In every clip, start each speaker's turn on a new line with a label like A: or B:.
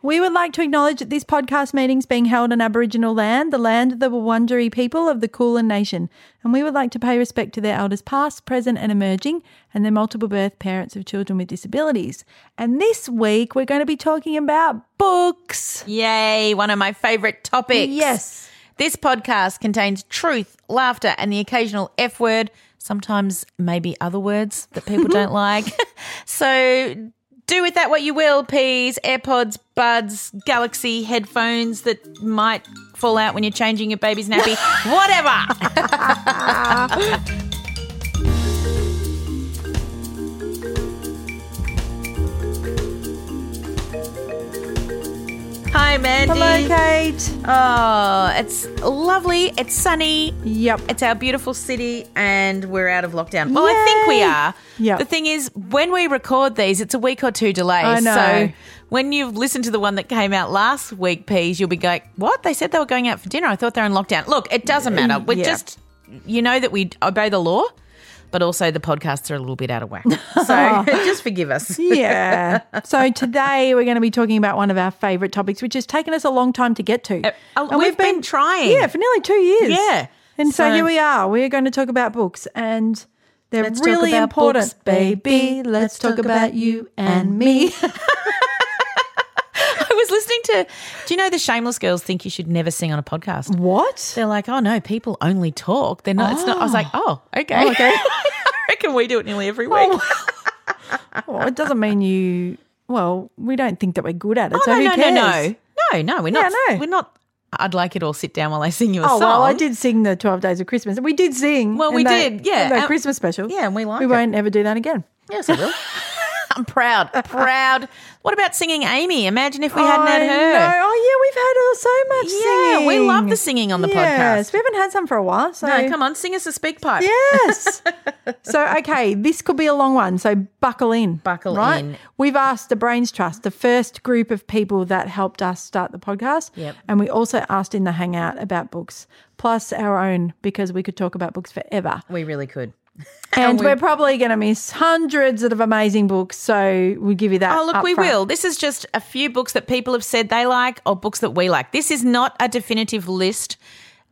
A: We would like to acknowledge that this podcast meeting is being held on Aboriginal land, the land of the Wurundjeri people of the Kulin Nation, and we would like to pay respect to their elders past, present, and emerging, and their multiple birth parents of children with disabilities. And this week we're going to be talking about books.
B: Yay, one of my favorite topics.
A: Yes.
B: This podcast contains truth, laughter, and the occasional F word, sometimes maybe other words that people don't like. So do with that what you will, peas, AirPods, buds, Galaxy headphones that might fall out when you're changing your baby's nappy, whatever. Hi, Mandy.
A: Hello, Kate.
B: Oh, it's lovely. It's sunny.
A: Yep.
B: It's our beautiful city, and we're out of lockdown. Well, I think we
A: Yay.
B: are.
A: Yep.
B: The thing is, when we record these, it's a week or two delay.
A: I know.
B: So when you've listened to the one that came out last week, Peas, you'll be going, "What? They said they were going out for dinner. I thought they're in lockdown." Look, it doesn't matter. We
A: Uh, Yeah.
B: just, you know, that we obey the law, but also the podcasts are a little bit out of whack. So just forgive us.
A: yeah. So today we're going to be talking about one of our favourite topics, which has taken us a long time to get to.
B: uh, we've been trying.
A: Yeah, for nearly two years.
B: Yeah.
A: And so,
B: So-
A: here we are. We're going to talk about books and they're
B: Let's talk
A: really
B: about
A: important.
B: books, baby.
A: let's talk about you and me.
B: I was listening to. Do you know the Shameless Girls think you should never sing on a podcast?
A: what?
B: They're like, oh no, people only talk. They're not. It's not. I was like, oh, okay, Oh,
A: okay.
B: I reckon we do it nearly every week.
A: Well, it doesn't mean you, well, we don't think that we're good at it.
B: oh
A: so
B: no,
A: who
B: no,
A: cares?
B: no, no, no, no. We're not.
A: no.
B: We're not. I'd like it all. Sit down while I sing you a
A: Oh
B: song.
A: well, I did sing the Twelve Days of Christmas. We did sing.
B: Well,
A: in
B: we
A: that-
B: did, yeah.
A: in that
B: Um,
A: Christmas special.
B: yeah, and we liked
A: We
B: it.
A: won't ever do that again.
B: Yes, I will. I'm proud. Proud. What about singing Amy? Imagine if we hadn't had
A: I
B: her.
A: know. Oh yeah, we've had so much
B: Yeah,
A: singing.
B: we love the singing on the
A: Yes,
B: podcast.
A: we haven't had some for a while. So
B: No, come on, sing us a speak pipe.
A: Yes. so okay, this could be a long one. So buckle in.
B: Buckle
A: right?
B: in.
A: We've asked the Brains Trust, the first group of people that helped us start the podcast.
B: Yep.
A: And we also asked in the hangout about books, plus our own, because we could talk about books forever.
B: We really could.
A: And we're probably going to miss hundreds of amazing books. So we'll give you that.
B: Oh, look,
A: up
B: we
A: front.
B: will. This is just a few books that people have said they like or books that we like. This is not a definitive list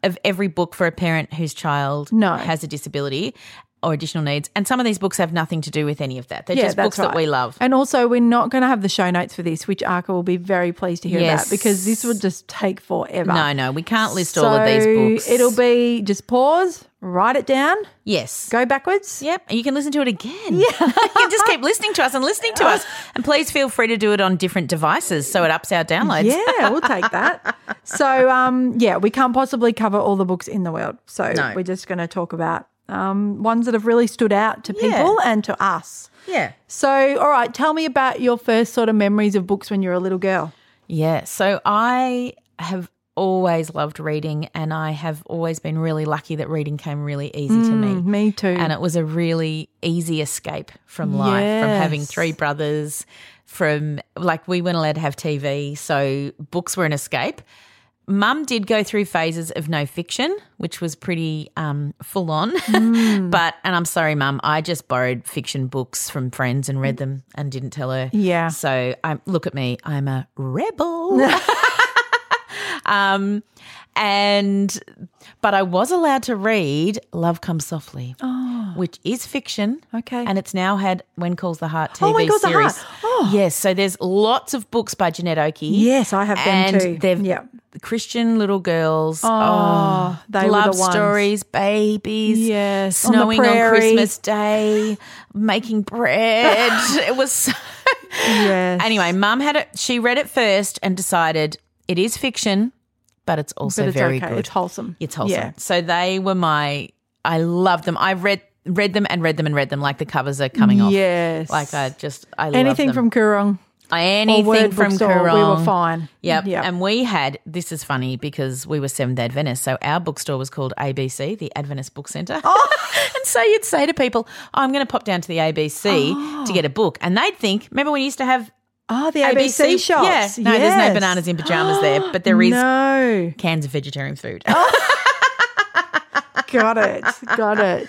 B: of every book for a parent whose child
A: No.
B: has a disability or additional needs. And some of these books have nothing to do with any of that. They're just
A: that's
B: books that
A: right.
B: we love.
A: And also, we're not going to have the show notes for this, which Arca will be very pleased to hear
B: Yes.
A: about because this would just take forever.
B: No, no, we can't list all of these books.
A: It'll be just pause, write it down,
B: Yes.
A: go backwards.
B: Yep, and you can listen to it again. Yeah. you can just keep listening to us and listening to us. And please feel free to do it on different devices so it ups our downloads.
A: Yeah, we'll take that. So, um, yeah, we can't possibly cover all the books in the world. So,
B: No.
A: we're just going to talk about um, ones that have really stood out to people and to us.
B: Yeah.
A: So, all right, tell me about your first sort of memories of books when you were a little girl.
B: Yeah. So I have always loved reading and I have always been really lucky that reading came really easy to me.
A: Me too.
B: And it was a really easy escape from life, from having
A: Yes.
B: three brothers, from like we weren't allowed to have TV. So books were an escape. Mum did go through phases of no fiction, which was pretty um, full on.
A: Hmm.
B: but, and I'm sorry, Mum, I just borrowed fiction books from friends and read them and didn't tell her.
A: Yeah.
B: So I look at me, I'm a rebel. um, and, but I was allowed to read Love Comes Softly, which is fiction.
A: Oh. Okay.
B: And it's now had When Calls the Heart TV
A: Oh, When Calls the
B: series.
A: Heart. Oh.
B: Yes. So there's lots of books by Jeanette Oakey.
A: Yes, I have them
B: and
A: too.
B: They've
A: Yeah.
B: Christian little girls.
A: Oh, they were
B: love
A: the ones.
B: stories, babies.
A: Yes, on the
B: snowing on,
A: prairie.
B: Christmas Day, making bread. it was. So-
A: Yes.
B: anyway, Mum had it. She read it first and decided it is fiction, but it's also
A: but it's
B: very
A: okay.
B: good.
A: It's wholesome.
B: It's wholesome.
A: Yeah.
B: So they were my. I loved them. I read read them and read them and read them. Like the covers are coming off.
A: Yes.
B: Like I just I
A: Anything
B: love them. Uh,
A: from Kurong or
B: anything
A: Word
B: from
A: bookstore, we were
B: Kurong.
A: fine.
B: Yep.
A: Yeah.
B: And we had this is funny because we were Seventh Adventists, so our bookstore was called ABC, the Adventist Book Centre.
A: Oh.
B: and so you'd say to people, oh, "I'm going to pop down to the ABC to get a book," and they'd think, "Remember when you used to have
A: Oh, the ABC, shops.
B: Yeah, no, there's no
A: Yes.
B: bananas in pajamas there, but there is
A: No,
B: cans of vegetarian food."
A: got it, got it.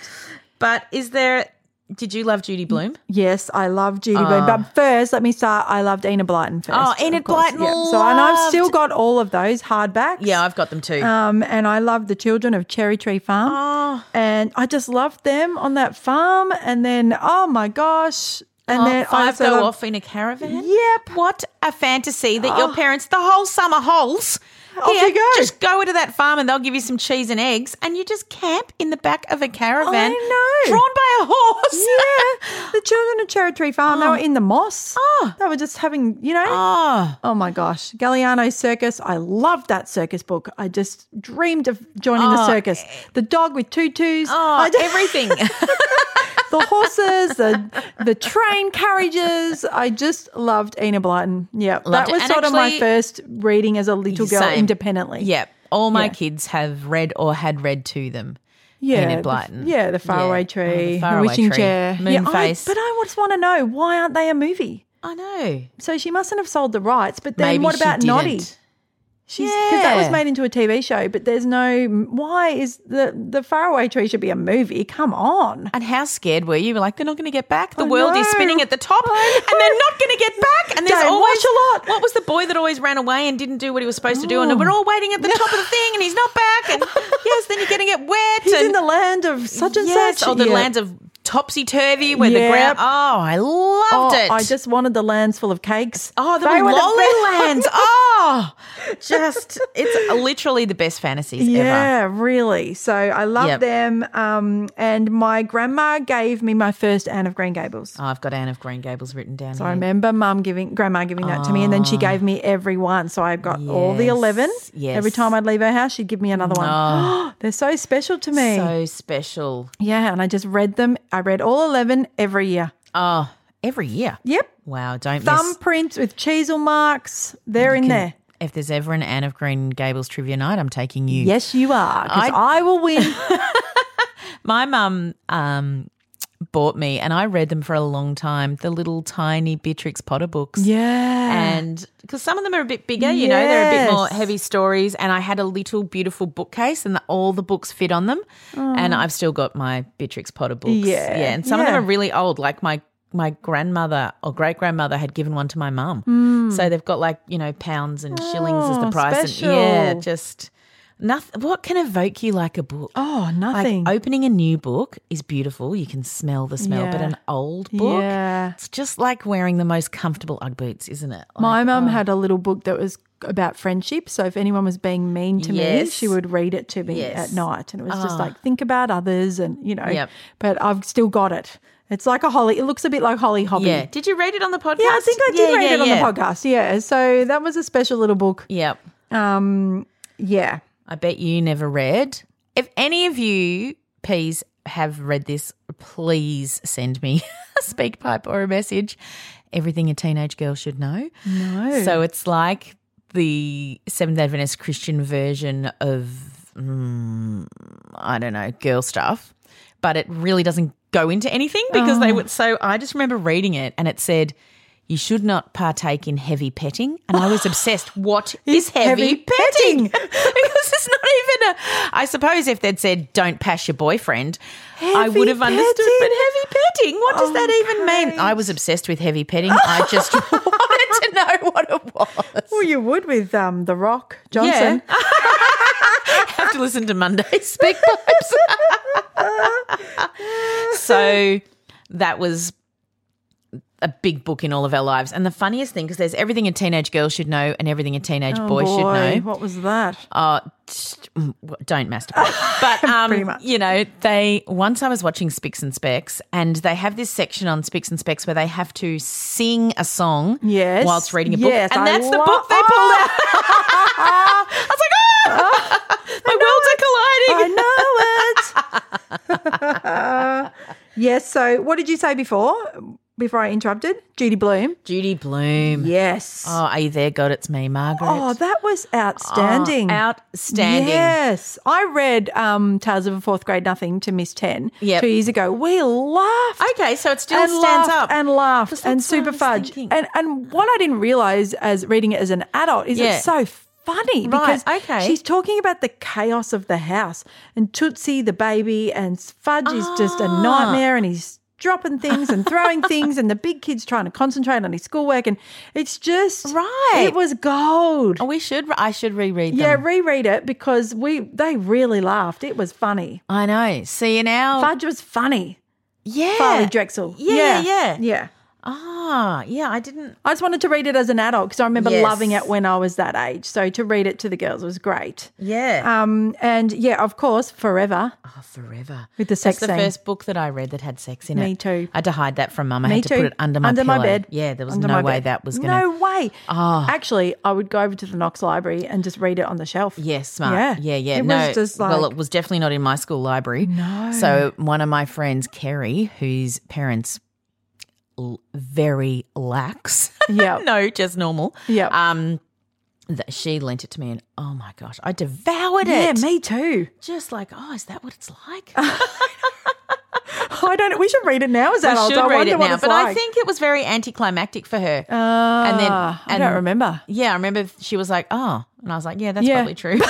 B: but is there? Did you love Judy Bloom?
A: Yes, I love Judy Blume. But first, let me start. I loved Enid Blyton first.
B: Uh. Oh,
A: of
B: Enid
A: course.
B: Blyton
A: So, and I've still
B: loved-
A: got all of those hardbacks.
B: Yeah, I've got them too.
A: Um, and I loved the children of Cherry Tree Farm.
B: Oh.
A: And I just loved them on that farm. And then, oh my gosh. And
B: Oh,
A: then I
B: five
A: also
B: go
A: loved-
B: off in a caravan.
A: Yep.
B: What a fantasy that your parents the whole summer holes.
A: Off you go.
B: Just go into that farm and they'll give you some cheese and eggs, and you just camp in the back of a caravan.
A: I know.
B: Drawn by a horse.
A: Yeah. the children of Cherry Tree Farm, they were in the moss.
B: Oh.
A: They were just having, you know.
B: oh,
A: Oh my gosh, Galliano Circus. I loved that circus book. I just dreamed of joining the circus. The dog with tutus.
B: oh
A: I just-
B: everything.
A: the horses, the the train carriages. I just loved Enid Blyton. Yeah,
B: Loved
A: that
B: it.
A: was
B: And
A: sort of my
B: actually-
A: first reading as a little girl
B: Same.
A: independently.
B: yeah. All my
A: Yeah.
B: kids have read or had read to them.
A: yeah,
B: Enid
A: the-
B: Blyton.
A: yeah, the faraway
B: Yeah.
A: tree,
B: Oh, the
A: the,
B: Faraway
A: wishing
B: Tree.
A: chair, yeah, I,
B: Moonface.
A: but I just want to know why aren't they a movie?
B: I know.
A: So she mustn't have sold the rights. But then
B: Maybe
A: what
B: she
A: about
B: didn't.
A: Noddy? She's because that was
B: Yeah.
A: made into a TV show, but there's no why is the the faraway tree should be a movie? Come on.
B: And how scared were you? We're like, they're not going to get back. The
A: I
B: world is
A: know.
B: spinning at the top,
A: I
B: and they're not going to get back. And there's
A: Don't
B: always
A: watch a lot. Oh.
B: What was the boy that always ran away and didn't do what he was supposed to do? And we're all waiting at the top of the thing, and he's not back. And yes, then you're going to get wet.
A: He's
B: and
A: in the land of such and
B: yes,
A: such.
B: or the
A: Yeah.
B: lands of topsy turvy, where the
A: Yep.
B: ground. Oh, I
A: Oh,
B: loved it.
A: I just wanted the lands full of cakes.
B: Oh, the
A: They were
B: lolly
A: best.
B: lands. Oh, just it's literally the best fantasies ever.
A: Yeah, really. So I love
B: Yep.
A: them. Um, and my grandma gave me my first Anne of Green Gables.
B: Oh, I've got Anne of Green Gables written down.
A: So I
B: here.
A: remember mum giving grandma giving that to me, and then she gave me every one. So I've got all the
B: Yes,
A: eleven.
B: yes.
A: Every time I'd leave her house, she'd give me another one. They're so special to me.
B: So special.
A: yeah, and I just read them. I read all eleven every year.
B: Oh, every year.
A: Yep.
B: Wow, don't miss.
A: Thumbprints with chisel marks. They're in there.
B: If there's ever an Anne of Green Gables trivia night, I'm taking you.
A: Yes, you are. 'cause I will win.
B: My mum um, bought me, and I read them for a long time, the little tiny Beatrix Potter books.
A: yeah.
B: And because some of them are a bit bigger, you know, they're a bit more
A: Yes.
B: heavy stories. And I had a little beautiful bookcase, and the, all the books fit on them. And I've still got my Beatrix Potter books.
A: Yeah,
B: yeah. And some of
A: yeah.
B: them are really old, like my. My grandmother or great grandmother had given one to my mum,
A: Hmm.
B: so they've got like you know pounds and shillings as the
A: Oh,
B: price.
A: special.
B: And yeah, just nothing. What can evoke you like a book?
A: oh,
B: Like
A: nothing.
B: opening a new book is beautiful. You can smell the smell, but
A: Yeah.
B: an old book,
A: Yeah.
B: it's just like wearing the most comfortable Ugg boots, isn't it? Like, oh.
A: My mum had a little book that was about friendship. So if anyone was being mean to me,
B: Yes.
A: she would read it to me
B: Yes. Ah.
A: at night. And it was just like, think about others and, you know,
B: Yep.
A: but I've still got it. It's like a holly. It looks a bit like Holly Hobby.
B: yeah. Did you read it on the podcast?
A: Yeah, I think I did
B: Yeah,
A: read
B: yeah,
A: it on
B: yeah.
A: the podcast. Yeah. So that was a special little book.
B: Yep.
A: Um, yeah.
B: I bet you never read. If any of you, please, have read this, please send me a speak pipe or a message. Everything a teenage girl should know.
A: No.
B: So it's like the Seventh Adventist Christian version of, mm, I don't know, girl stuff,
A: Oh.
B: but it really doesn't go into anything because they would. So I just remember reading it and it said, You should not partake in heavy petting. And I was obsessed. What is heavy,
A: heavy
B: petting? because it's not even a. I suppose if they'd said, don't pass your boyfriend, I
A: Heavy
B: would have understood. But
A: petting?
B: heavy petting, what does
A: Oh,
B: that even mean?
A: great.
B: I was obsessed with heavy petting. I just wanted to know what it was.
A: Well, you would with um, The Rock Johnson.
B: have to listen to Monday's speak pipes. so that was a big book in all of our lives. And the funniest thing, because there's everything a teenage girl should know and everything a teenage
A: Oh,
B: Oh, boy, should know.
A: What was that?
B: Uh, just, mm, w- don't masturbate. But
A: Pretty
B: um,
A: much.
B: you know, they once I was watching Spicks and Specks, and they have this section on Spicks and Specks where they have to sing a song
A: Yes.
B: whilst reading a book,
A: Yes,
B: and
A: I Oh!
B: that's the
A: lo-
B: book they pulled out. I was like, ah, my worlds are colliding.
A: I know it. yes. So, what did you say before? Before I interrupted, Judy Bloom.
B: Judy Bloom.
A: Yes.
B: Oh, are you there? God, it's me, Margaret.
A: Oh, that was outstanding.
B: Oh, outstanding.
A: Yes. I read um, Tales of a Fourth Grade Nothing to Miss 10
B: Yep.
A: two years ago. We laughed.
B: Okay, so it still
A: and
B: stands
A: laughed
B: up.
A: and laughed
B: Because
A: and
B: that's what I
A: super
B: was
A: fudge.
B: thinking.
A: And and what I didn't realize as reading it as an adult is
B: Yeah.
A: it's so funny
B: Right,
A: because
B: okay.
A: she's talking about the chaos of the house and Tootsie the baby and Fudge is just
B: Ah.
A: a nightmare and he's dropping things and throwing things and the big kid's trying to concentrate on his schoolwork and it's just
B: Right.
A: It was gold.
B: Oh, we should. I should reread them.
A: yeah, reread it because we they really laughed. It was funny.
B: I know. See, in our
A: Fudge was funny.
B: Oh. yeah,
A: Farley Drexel.
B: Yeah, yeah, yeah.
A: yeah.
B: Ah, yeah. I didn't.
A: I just wanted to read it as an adult because I remember
B: Yes.
A: loving it when I was that age. So to read it to the girls was great.
B: Yeah.
A: Um, and yeah, of course, forever.
B: oh, forever.
A: With the sex
B: That's the
A: scene.
B: first book that I read that had sex in it.
A: Me too.
B: I had to hide that from mum. I
A: Me
B: had to
A: too.
B: put it under my
A: under my
B: pillow.
A: bed.
B: Yeah, there was
A: Under
B: no
A: my
B: way
A: bed.
B: that was gonna.
A: No way.
B: Oh.
A: Actually, I would go over to the Knox Library and just read it on the shelf.
B: Yes, smart. Yeah, yeah.
A: It
B: no,
A: was just like
B: well, it was definitely not in my school library. No. So one of my friends, Kerry, whose parents l- very lax.
A: Yep.
B: no, just normal.
A: Yep.
B: Um, that she lent it to me, and oh my gosh, I devoured
A: yeah,
B: it.
A: me too.
B: Just like, oh, is that what it's like?
A: I don't. We should read it now as
B: I
A: adults.
B: should
A: I
B: read
A: wonder
B: it
A: what
B: now,
A: it's
B: but I
A: like. Uh,
B: think it was very anticlimactic for her. and then
A: Ah, I don't remember.
B: Yeah, I remember she was like, "Oh," and I was like, "Yeah, that's
A: Yeah.
B: probably true."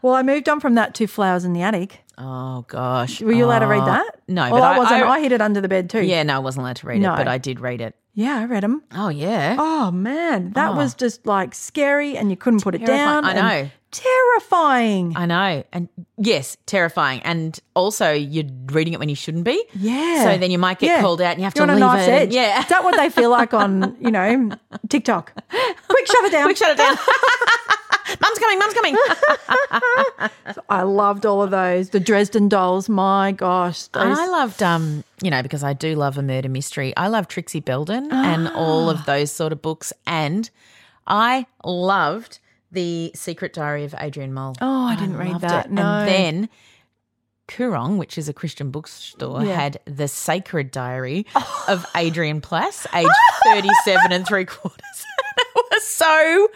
A: Well, I moved on from that to Flowers in the Attic.
B: oh gosh,
A: Were you allowed to read
B: Oh,
A: that?
B: No,
A: well,
B: but
A: I wasn't. I, hid it under the bed too.
B: Yeah, no, I wasn't allowed to read
A: No.
B: it, but I did read it.
A: yeah, I read them.
B: Oh yeah.
A: Oh man, that was just like scary, and you couldn't put it
B: Terrifying.
A: down.
B: I
A: and
B: know.
A: terrifying.
B: I know. And yes, terrifying. And also you're reading it when you shouldn't be.
A: yeah.
B: So then you might get
A: Yeah.
B: called out and you have
A: You're
B: to
A: on
B: leave
A: a knife's
B: it.
A: edge.
B: Yeah.
A: Is that what they feel like on you know TikTok? Quick, shove it down.
B: Quick, shut it down. mum's coming, mum's coming.
A: I loved all of those. The Dresden Dolls. My gosh, those,
B: And I loved, um, you know, because I do love a murder mystery. I love Trixie Belden and all
A: Ah.
B: of those sort of books. And I loved the Secret Diary of Adrian Mole.
A: Oh, I didn't read
B: loved
A: that, no.
B: And then Kurong, which is a Christian bookstore,
A: Yeah.
B: had the Sacred Diary of Adrian Plass, age thirty-seven and three quarters. it was so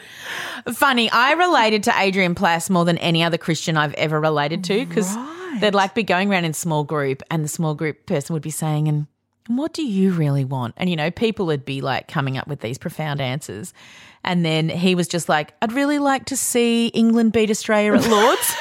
B: funny. I related to Adrian Plass more than any other Christian I've ever related to because they'd like be going around in small group and the small group person would be saying, and what do you really want? And you know, people would be like coming up with these profound answers. And then he was just like, I'd really like to see England beat Australia at Lords.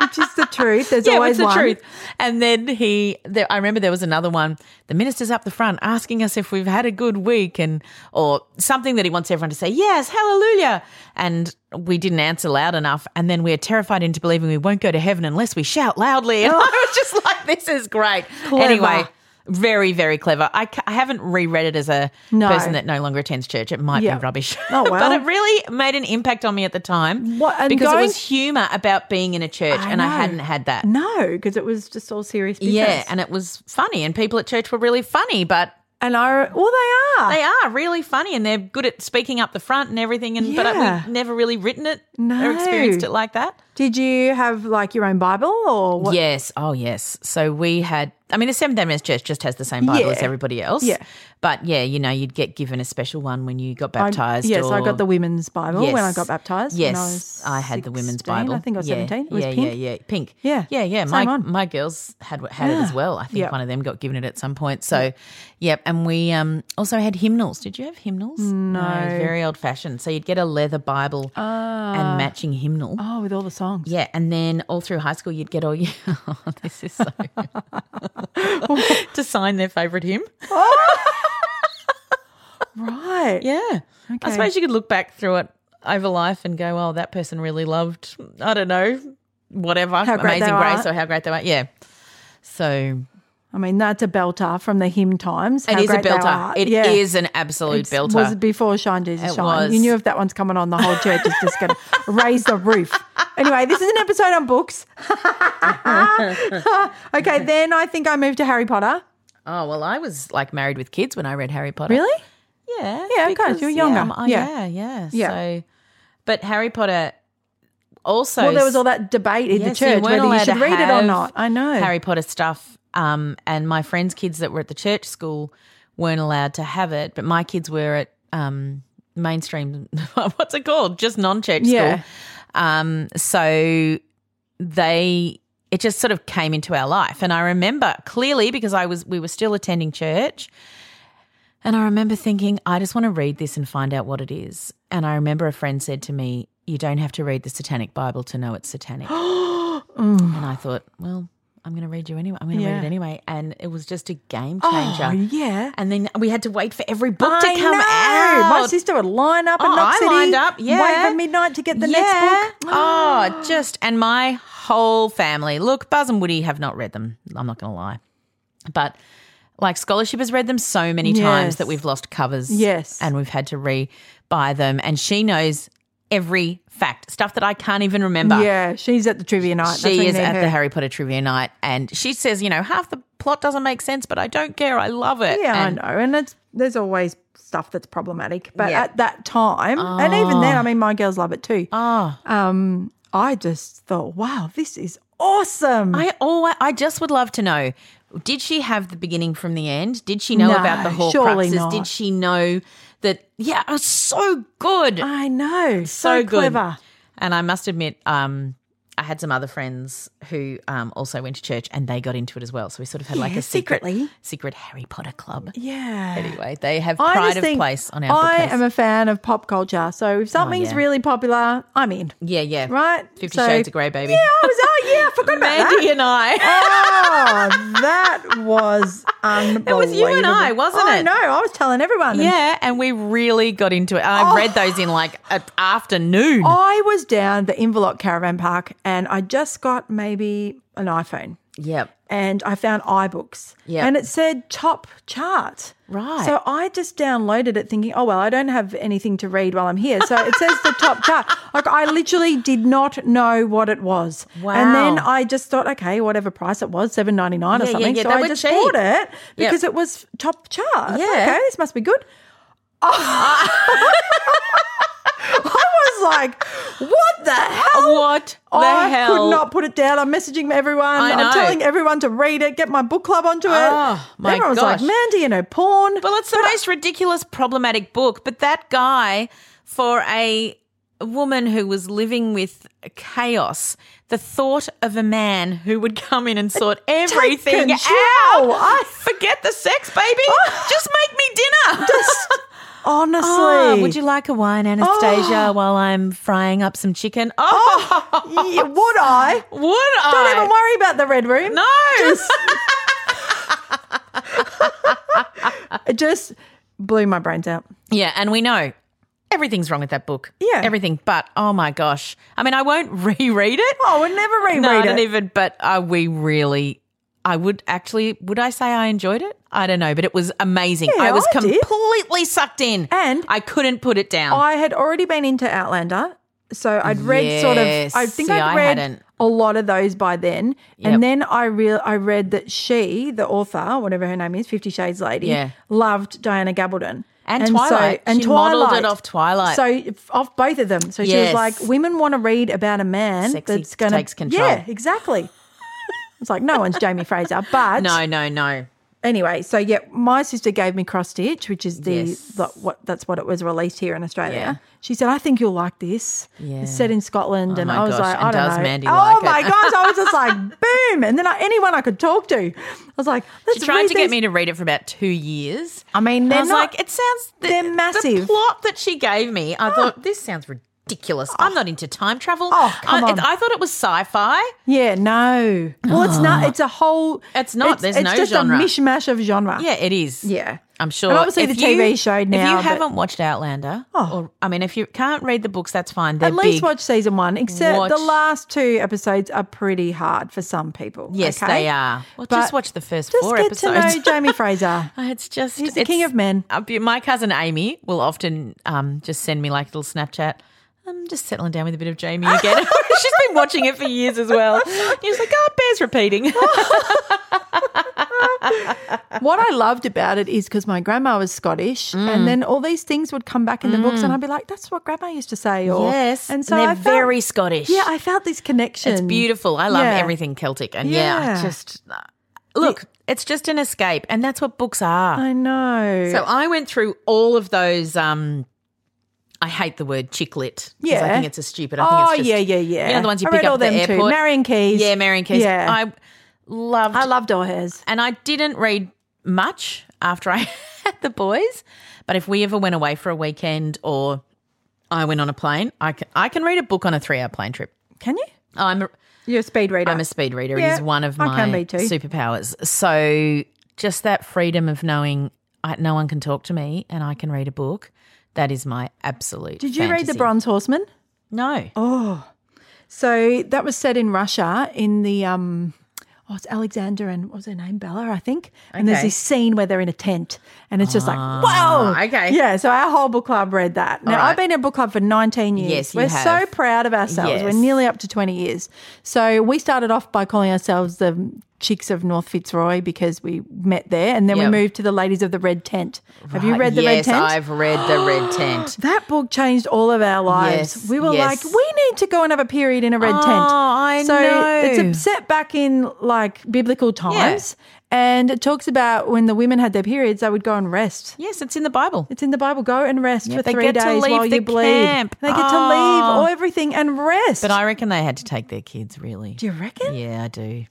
A: which is the truth. There's
B: yeah,
A: always
B: what's the
A: one.
B: truth? And then he, there, I remember there was another one. The minister's up the front asking us if we've had a good week and or something that he wants everyone to say yes, hallelujah. And we didn't answer loud enough, and then we're terrified into believing we won't go to heaven unless we shout loudly. And I was just like, "This is great."
A: Clever.
B: Anyway. Very, very clever. I, ca- I haven't reread it as a
A: No.
B: person that no longer attends church. It might
A: Yeah.
B: be rubbish.
A: Oh, well.
B: but it really made an impact on me at the time
A: What- and
B: because it
A: going-
B: was humour about being in a church, and I
A: know.
B: hadn't had that.
A: No, because it was just all serious business.
B: Yeah, and it was funny, and people at church were really funny, but
A: and I well they are.
B: they are really funny, and they're good at speaking up the front and everything. And but
A: Yeah.
B: we've never really written it
A: No.
B: or experienced it like that.
A: Did you have like your own Bible or what?
B: Yes. Oh, yes. So we had, I mean, the Seventh day Adventist Church just has the same Bible
A: Yeah.
B: as everybody else.
A: Yeah.
B: But yeah, you know, you'd get given a special one when you got
A: I-
B: baptized.
A: yes, I
B: or-
A: got the women's Bible Oh, when I
B: Yes.
A: got baptized. when
B: Yes.
A: I, was
B: I had the women's
A: 16.
B: Bible.
A: I think I was
B: Yeah,
A: 17. It was
B: yeah,
A: pink.
B: yeah, yeah. Pink.
A: Yeah.
B: Yeah, yeah.
A: Same
B: My,
A: on.
B: my girls had had it as well. I think
A: Yeah.
B: one of them got given it at some point. So, yep. And we um, also had hymnals. Did you have hymnals? No. it was very old fashioned. So you'd get a leather Bible and matching hymnal.
A: Ah. Oh, with all the songs.
B: Yeah, and then all through high school, you'd get all your. Oh, this is so. to sign their favourite hymn.
A: Right.
B: Yeah.
A: Okay.
B: I suppose you could look back through it over life and go, oh, that person really loved, I don't know, whatever,
A: How great
B: Amazing
A: they
B: Grace
A: are.
B: or how great they were. Yeah. So
A: I mean, that's a belter from the hymn times.
B: it
A: How
B: is a
A: great thou
B: belter.
A: art.
B: It is
A: Yeah.
B: an absolute
A: It
B: belter.
A: was before Shine Jesus
B: It
A: Shine.
B: was.
A: You knew if that one's coming on, the whole church is just going to raise the roof. Anyway, this is an episode on books. okay, then I think I moved to Harry Potter.
B: oh, well, I was like married with kids when I read Harry Potter. Yeah.
A: Yeah, okay, so you're younger.
B: Yeah, I'm- I-
A: Yeah.
B: yeah, yeah.
A: Yeah.
B: So, but Harry Potter also.
A: Well, there was all that debate in the
B: Yes, you
A: church
B: weren't
A: whether you
B: allowed
A: should
B: to
A: read it or
B: have
A: not. I know.
B: Harry Potter stuff. Um, and my friends' kids that were at the church school weren't allowed to have it, but my kids were at um, mainstream. what's it called? Just non-church
A: Yeah.
B: school. Um, so they it just sort of came into our life, and I remember clearly because I was we were still attending church. And I remember thinking, I just want to read this and find out what it is. And I remember a friend said to me, You don't have to read the Satanic Bible to know it's satanic. And I thought, well, I'm going to read you anyway. I'm going to
A: Yeah.
B: read it anyway. And it was just a game changer.
A: Oh, yeah.
B: And then we had to wait for every book
A: I
B: to come
A: know.
B: out.
A: My sister would line up in
B: Oh,
A: Knox
B: I
A: City,
B: lined up. Yeah.
A: wait for midnight to get the
B: Yeah.
A: next book. Ah.
B: Oh, just and my whole family. Look, Buzz and Woody have not read them. I'm not going to lie, but like scholarship has read them so many
A: Yes.
B: times that we've lost covers.
A: Yes.
B: and we've had to re-buy them. And she knows every fact, stuff that I can't even remember.
A: Yeah, she's at the trivia night. That's when
B: She
A: you
B: is
A: need
B: at
A: her.
B: the Harry Potter trivia night, and she says, you know, half the plot doesn't make sense, but I don't care. I love it.
A: Yeah,
B: And-
A: I know. And it's there's always stuff that's problematic. But
B: Yeah.
A: at that time, and even then, I mean, my girls love it too.
B: Oh.
A: Um, I just thought, wow, this is awesome.
B: I always, I just would love to know. Did she have the beginning from the end? Did she know
A: No,
B: about the
A: surely
B: Horcruxes?
A: not.
B: Did she know that? Yeah, it was so good,
A: I know. So,
B: so, good.
A: clever.
B: And I must admit, um, I had some other friends who um, also went to church, and they got into it as well. So we sort of had like
A: Yeah,
B: a secret,
A: secretly.
B: secret Harry Potter club.
A: Yeah.
B: Anyway, they have
A: I
B: pride
A: just
B: of
A: think
B: place on our
A: I
B: bookcase. Oh,
A: am a fan of pop culture. So if something's
B: yeah.
A: really popular, I'm in.
B: yeah, yeah,
A: Right?
B: Fifty
A: So-
B: Shades of Grey, baby.
A: Yeah, I was. Oh, yeah, I forgot about
B: Mandy
A: that.
B: and I.
A: Oh, that was unbelievable.
B: you and I, wasn't
A: I
B: it?
A: know. I was telling everyone. and
B: Yeah, and we really got into it. And I
A: Oh.
B: read those in like an afternoon.
A: I was down the Inverloch Caravan Park and I just got maybe an iPhone
B: Yep.
A: and I found iBooks.
B: Yeah.
A: And it said top chart.
B: Right.
A: So I just downloaded it thinking, oh, well, I don't have anything to read while I'm here. So it says the top chart. Like I literally did not know what it was. And then
B: Wow.
A: I just thought, okay, whatever price it was, seven ninety nine or
B: Yeah, yeah,
A: something.
B: yeah,
A: so
B: they
A: I
B: were
A: just
B: cheap.
A: bought it
B: Yep.
A: because it was top chart.
B: Yeah.
A: Okay, this must be good. I was like, what the hell?
B: What the
A: Oh, I
B: hell?
A: could not put it down. I'm messaging everyone.
B: I
A: I'm
B: know.
A: telling everyone to read it, get my book club onto it.
B: Oh, my
A: everyone was like,
B: gosh.
A: Mandy and her porn.
B: Well, it's the most ridiculous, problematic book. But that guy, for a woman who was living with chaos, the thought of a man who would come in and sort everything out.
A: control. I-
B: Forget the sex, baby.
A: Oh.
B: Just make me dinner.
A: Honestly.
B: Oh, would you like a wine,
A: Oh.
B: Anastasia, while I'm frying up some chicken? Oh,
A: Yeah, would I?
B: would I?
A: Don't even worry about the red room. Just,
B: No.
A: it just blew my brains out.
B: Yeah, and we know everything's wrong with that book.
A: Yeah.
B: Everything. But oh my gosh. I mean, I won't reread it.
A: Oh, I would never reread
B: no, I
A: it.
B: don't even, but uh, we really. I would actually, would I say I enjoyed it? I don't know, but it was amazing.
A: Yeah,
B: I was
A: I did.
B: completely sucked in.
A: And-
B: I couldn't put it down.
A: I had already been into Outlander, so I'd read sort of.
B: Yes.
A: I think
B: See,
A: I'd
B: I
A: read
B: hadn't.
A: a lot of those by then, and
B: Yep.
A: then I real I read that she, the author, whatever her name is, Fifty Shades Lady,
B: Yeah.
A: loved Diana Gabaldon.
B: And Twilight. She modelled it off Twilight.
A: So f- off both of them. So she was
B: Yes.
A: like, women want to read about a man
B: Sexy
A: that's going to
B: takes control.
A: Yeah, exactly. it's like no one's Jamie Fraser, but
B: No, no, no.
A: anyway, so yeah, my sister gave me cross stitch, which is the,
B: Yes.
A: the what that's what it was released here in Australia.
B: Yeah.
A: She said, "I think you'll like this."
B: Yeah. Oh
A: It's set in Scotland, and
B: my
A: I was
B: gosh,
A: like, "I
B: and
A: don't
B: does
A: know."
B: Mandy
A: oh
B: like it?
A: my gosh, I was just like, "Boom!" And then I, anyone I could talk to, I was like,
B: She
A: "Let's
B: tried
A: read
B: to get
A: these."
B: me to read it for about two years.
A: I mean,
B: And I
A: they're
B: was
A: not-
B: like, it sounds. The,
A: they're
B: The
A: massive. Ah.
B: plot that she gave me, I thought this sounds ridiculous. I'm not into time travel.
A: Oh, come
B: I,
A: on.
B: I thought it was sci-fi.
A: Yeah, no. Well, it's not. It's a whole.
B: It's not. There's
A: it's
B: no
A: just
B: genre.
A: a mishmash of genre.
B: Yeah, it is.
A: Yeah.
B: I'm sure.
A: And obviously
B: if
A: the TV
B: you-
A: show
B: If
A: now,
B: you
A: but- Oh.
B: haven't watched Outlander, or I mean, if you can't read the books, that's fine. They're
A: At least
B: big.
A: watch season one, except
B: Watch-
A: the last two episodes are pretty hard for some people.
B: yes,
A: okay?
B: they are. Well,
A: But
B: just watch the first
A: Just
B: four
A: get
B: episodes.
A: to know Jamie Fraser.
B: It's just
A: He's the
B: it's-
A: king of men.
B: uh, be- My cousin Amy will often um, just send me like little Snapchat. I'm just settling down with a bit of Jamie again. She's been watching it for years as well. He was like, "Oh, it bears repeating."
A: Oh. what I loved about it is because my grandma was Scottish,
B: Mm.
A: and then all these things would come back in the books, and I'd be like, "That's what grandma used to say." Or and so
B: they're
A: I felt,
B: very Scottish.
A: Yeah, I felt this connection.
B: it's beautiful. I love
A: Yeah.
B: everything Celtic, and yeah, I
A: Yeah. uh,
B: just look. It's just an escape, and that's what books are.
A: I know.
B: So I went through all of those. Um, I hate the word chicklet. 'cause I
A: Yeah.
B: think it's a stupid. I think
A: Oh,
B: it's just,
A: yeah, yeah, yeah.
B: You know the ones you
A: I
B: pick
A: read
B: up
A: all
B: at the
A: them too.
B: airport.
A: Marion Key's.
B: Yeah, Marion Keys.
A: Yeah.
B: I loved.
A: I loved all hers.
B: and I didn't read much after I had the boys. But if we ever went away for a weekend or I went on a plane, I can I can read a book on a three hour plane trip.
A: Can you?
B: I'm a,
A: You're a speed reader.
B: I'm a speed reader. it
A: Yeah,
B: is one of
A: I
B: my
A: can be too.
B: superpowers. So just that freedom of knowing I, no one can talk to me and I can read a book. That is my absolute.
A: Did you read The Oh,
B: fantasy.
A: Bronze Horseman?
B: No.
A: So that was set in Russia in the um oh it's Alexander and what was her name? Bella, I think. And there's
B: Okay. Ah.
A: this scene where they're in a tent and it's just like, Whoa.
B: okay.
A: Yeah. So our whole book club read that. Now
B: right.
A: I've been in book club for 19 years.
B: Yes, you
A: We're so
B: have.
A: proud of ourselves.
B: Yes.
A: We're nearly up to 20 years. So we started off by calling ourselves the Chicks of North Fitzroy because we met there and then
B: Yep.
A: we moved to the Ladies of the Red Tent. Have you read the Red
B: Uh, yes,
A: Tent?
B: I've read the red tent.
A: That book changed all of our lives.
B: Yes,
A: we were
B: yes. Oh,
A: like, we need to go and have a period in a red tent.
B: I
A: so
B: know.
A: it's a set back in like biblical times, and it talks about when the women had their periods, they would go and rest.
B: Yes, it's in the Bible.
A: It's in the Bible. Go and rest for
B: they
A: three
B: get to
A: days
B: leave
A: while
B: the
A: you bleed.
B: camp.
A: They get to leave
B: Oh.
A: all everything and rest.
B: But I reckon they had to take their kids. Really.
A: do you reckon?
B: Yeah, I do.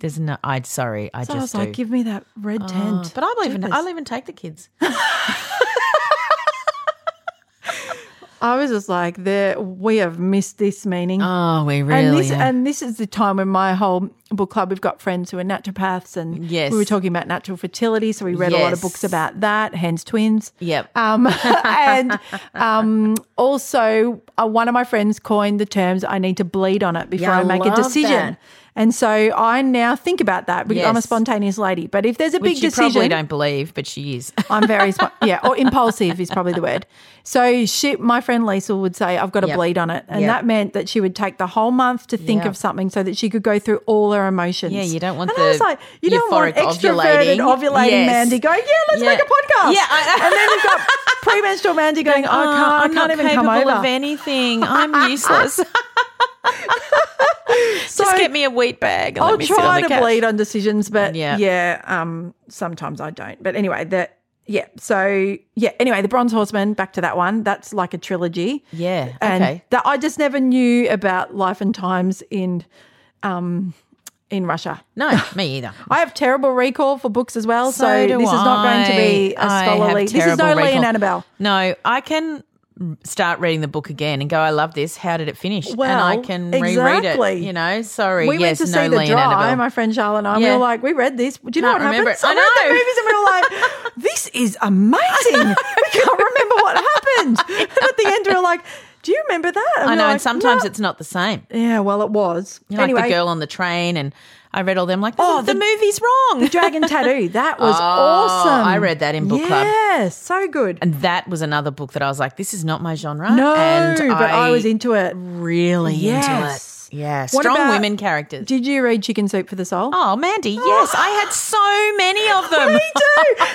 B: There's no. I sorry. I
A: So I was
B: just
A: like,
B: do.
A: give me that red
B: Oh,
A: tent.
B: but I'll even.
A: Jeepers.
B: I'll even take the kids.
A: I was just like, there we have missed this meaning.
B: Oh, we really.
A: And this,
B: have-
A: and this is the time when my whole book club, we've got friends who are naturopaths, and
B: Yes.
A: we were talking about natural fertility. So we read a lot of
B: Yes.
A: books about that, hence twins.
B: Yep.
A: Um, and um, also, uh, one of my friends coined the terms I need to bleed on it before
B: Yeah, I
A: I make a
B: love
A: decision.
B: that.
A: And so I now think about that because I'm a
B: Yes.
A: spontaneous lady. But if there's a
B: which
A: big
B: you
A: decision,
B: probably don't believe, but she is.
A: I'm very smart. Yeah, or impulsive is probably the word. So she, my friend Lisa would say, "I've got to
B: Yep.
A: bleed on it," and
B: Yep.
A: that meant that she would take the whole month to think
B: Yeah.
A: of something so that she could go through all her emotions.
B: Yeah, you don't want
A: and I was
B: the
A: like, you don't want
B: euphoric
A: extroverted
B: ovulating.
A: ovulating
B: Yes.
A: Mandy going, "Yeah, let's
B: Yeah.
A: make a podcast."
B: Yeah, I-
A: and then you've got premenstrual Mandy going, "I
B: Oh,
A: can't, I
B: I'm
A: can't
B: not
A: even come
B: capable
A: over."
B: of anything. I'm useless. Just get me a wheat bag. And
A: I'll
B: let me sit
A: try
B: on the
A: to
B: couch.
A: bleed on decisions, but
B: Yeah.
A: yeah, um, sometimes I don't. But anyway, that yeah. So yeah. Anyway, the Bronze Horseman. Back to that one. That's like a trilogy.
B: Yeah,
A: And
B: okay.
A: That I just never knew about life and times in, um, in Russia.
B: No, me either.
A: I have terrible recall for books as well, so,
B: do
A: this is not going to be a
B: I. I have
A: scholarly. This is no
B: terrible
A: Lee and
B: recall.
A: Annabelle.
B: No, I can start reading the book again and go, I love this. How did it finish? and I
A: Well,
B: can reread it.
A: exactly.
B: You know, sorry.
A: We went
B: yes,
A: to
B: no
A: see The
B: Lee and
A: Dry,
B: Annabelle.
A: my friend Charlotte and I. We
B: Yeah.
A: were like, we read this. Do you know what
B: Can't
A: happened?
B: remember it.
A: So
B: I
A: we went to
B: know.
A: the movies and we were like, this is amazing. we can't remember what happened. And at the end, we were like, do you remember that? And
B: I
A: we
B: know,
A: were
B: and
A: like,
B: sometimes
A: "No."
B: it's not the same.
A: Yeah, well, it was.
B: You know,
A: anyway,
B: Like the girl on the train, and I read all them like, oh,
A: Oh,
B: the,
A: the-
B: movie's wrong.
A: The Dragon Tattoo. That was
B: Oh,
A: awesome.
B: I read that in book club.
A: Yeah, so good.
B: And that was another book that I was like, this is not my genre.
A: no,
B: and
A: but I, was into it.
B: really
A: Yes.
B: Yeah,
A: What
B: strong
A: about- Ah.
B: women characters.
A: Did you read Chicken Soup for the Soul?
B: oh, Mandy, yes, I had so many of them.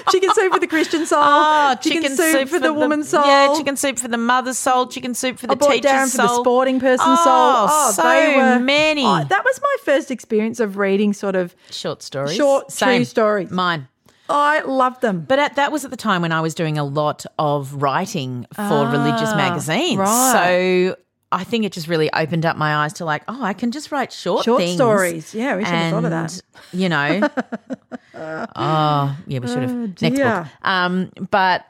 A: chicken soup for the Christian soul.
B: Oh,
A: chicken, soup, for the woman's soul.
B: Yeah, chicken soup for the mother's soul. Chicken soup for the
A: I bought
B: teacher's
A: Darren for
B: soul.
A: the sporting person's
B: oh,
A: soul. Oh,
B: so
A: they were
B: many
A: Oh, that was my first experience of reading sort of.
B: short stories.
A: Short, true stories.
B: Mine.
A: I loved them.
B: But at, that was at the time when I was doing a lot of writing for religious magazines.
A: Ah, right.
B: So I think it just really opened up my eyes to like, oh, I can just write short,
A: Short
B: things.
A: stories. Yeah, we should have thought of
B: And,
A: that.
B: You know, oh yeah, we should have next
A: dear.
B: book. Um, but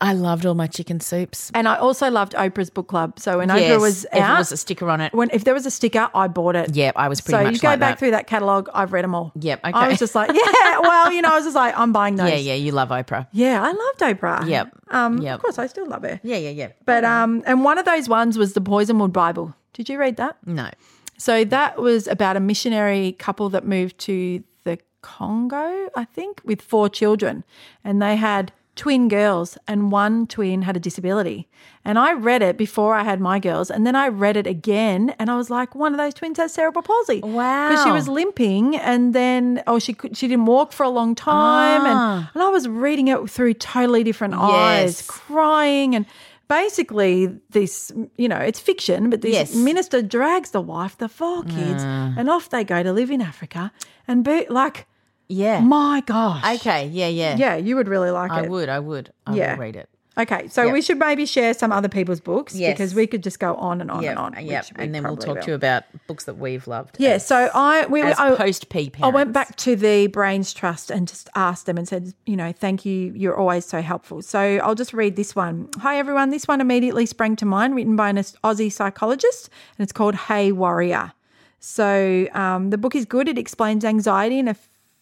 B: I loved all my chicken soups.
A: And I also loved Oprah's book club. So when
B: yes,
A: Oprah was
B: if it
A: out,
B: was a sticker on it.
A: when if there was a sticker, I bought it.
B: Yeah, I was pretty
A: so
B: much
A: you go
B: like
A: back
B: that.
A: through that catalog. I've read them all.
B: Yep,
A: I
B: okay.
A: was just like, yeah. Well, you know, I was just like, I'm buying those.
B: yeah, yeah, you love Oprah.
A: Yeah, I loved Oprah.
B: Yep.
A: Um.
B: Yep.
A: Of course, I still love her.
B: Yeah, yeah, yeah. But
A: But um, and one of those ones was the Poisonwood Bible. Did you read that?
B: no.
A: So that was about a missionary couple that moved to the Congo, I think, with four children. And they had twin girls, and one twin had a disability. And I read it before I had my girls. And then I read it again, and I was like, one of those twins has cerebral palsy. Because she
B: Wow.
A: was limping, and then, oh, she, could, she didn't walk for a long time. And, and I was reading it through totally different eyes,
B: Ah. Yes.
A: crying. And basically, this, you know, it's fiction, but this
B: Yes. Ah.
A: minister drags the wife, the four kids, and off they go to live in Africa. And be like,
B: Yeah.
A: my gosh.
B: okay. Yeah, yeah.
A: Yeah, you would really like
B: I
A: it.
B: would. I would. I
A: Yeah.
B: would read it.
A: Okay, so we should maybe share some other people's books
B: Yes.
A: because we could just go on and on and on.
B: yeah.
A: which we
B: And then we'll
A: probably
B: talk to you
A: will.
B: about books that we've loved.
A: Yeah,
B: as-
A: so I we
B: as
A: I,
B: post P
A: I went back to the Brains Trust and just asked them and said, you know, thank you. You're always so helpful. So I'll just read this one. Hi, everyone. This one immediately sprang to mind, written by an Aussie psychologist, and it's called Hey Warrior. So um, the book is good. It explains anxiety in a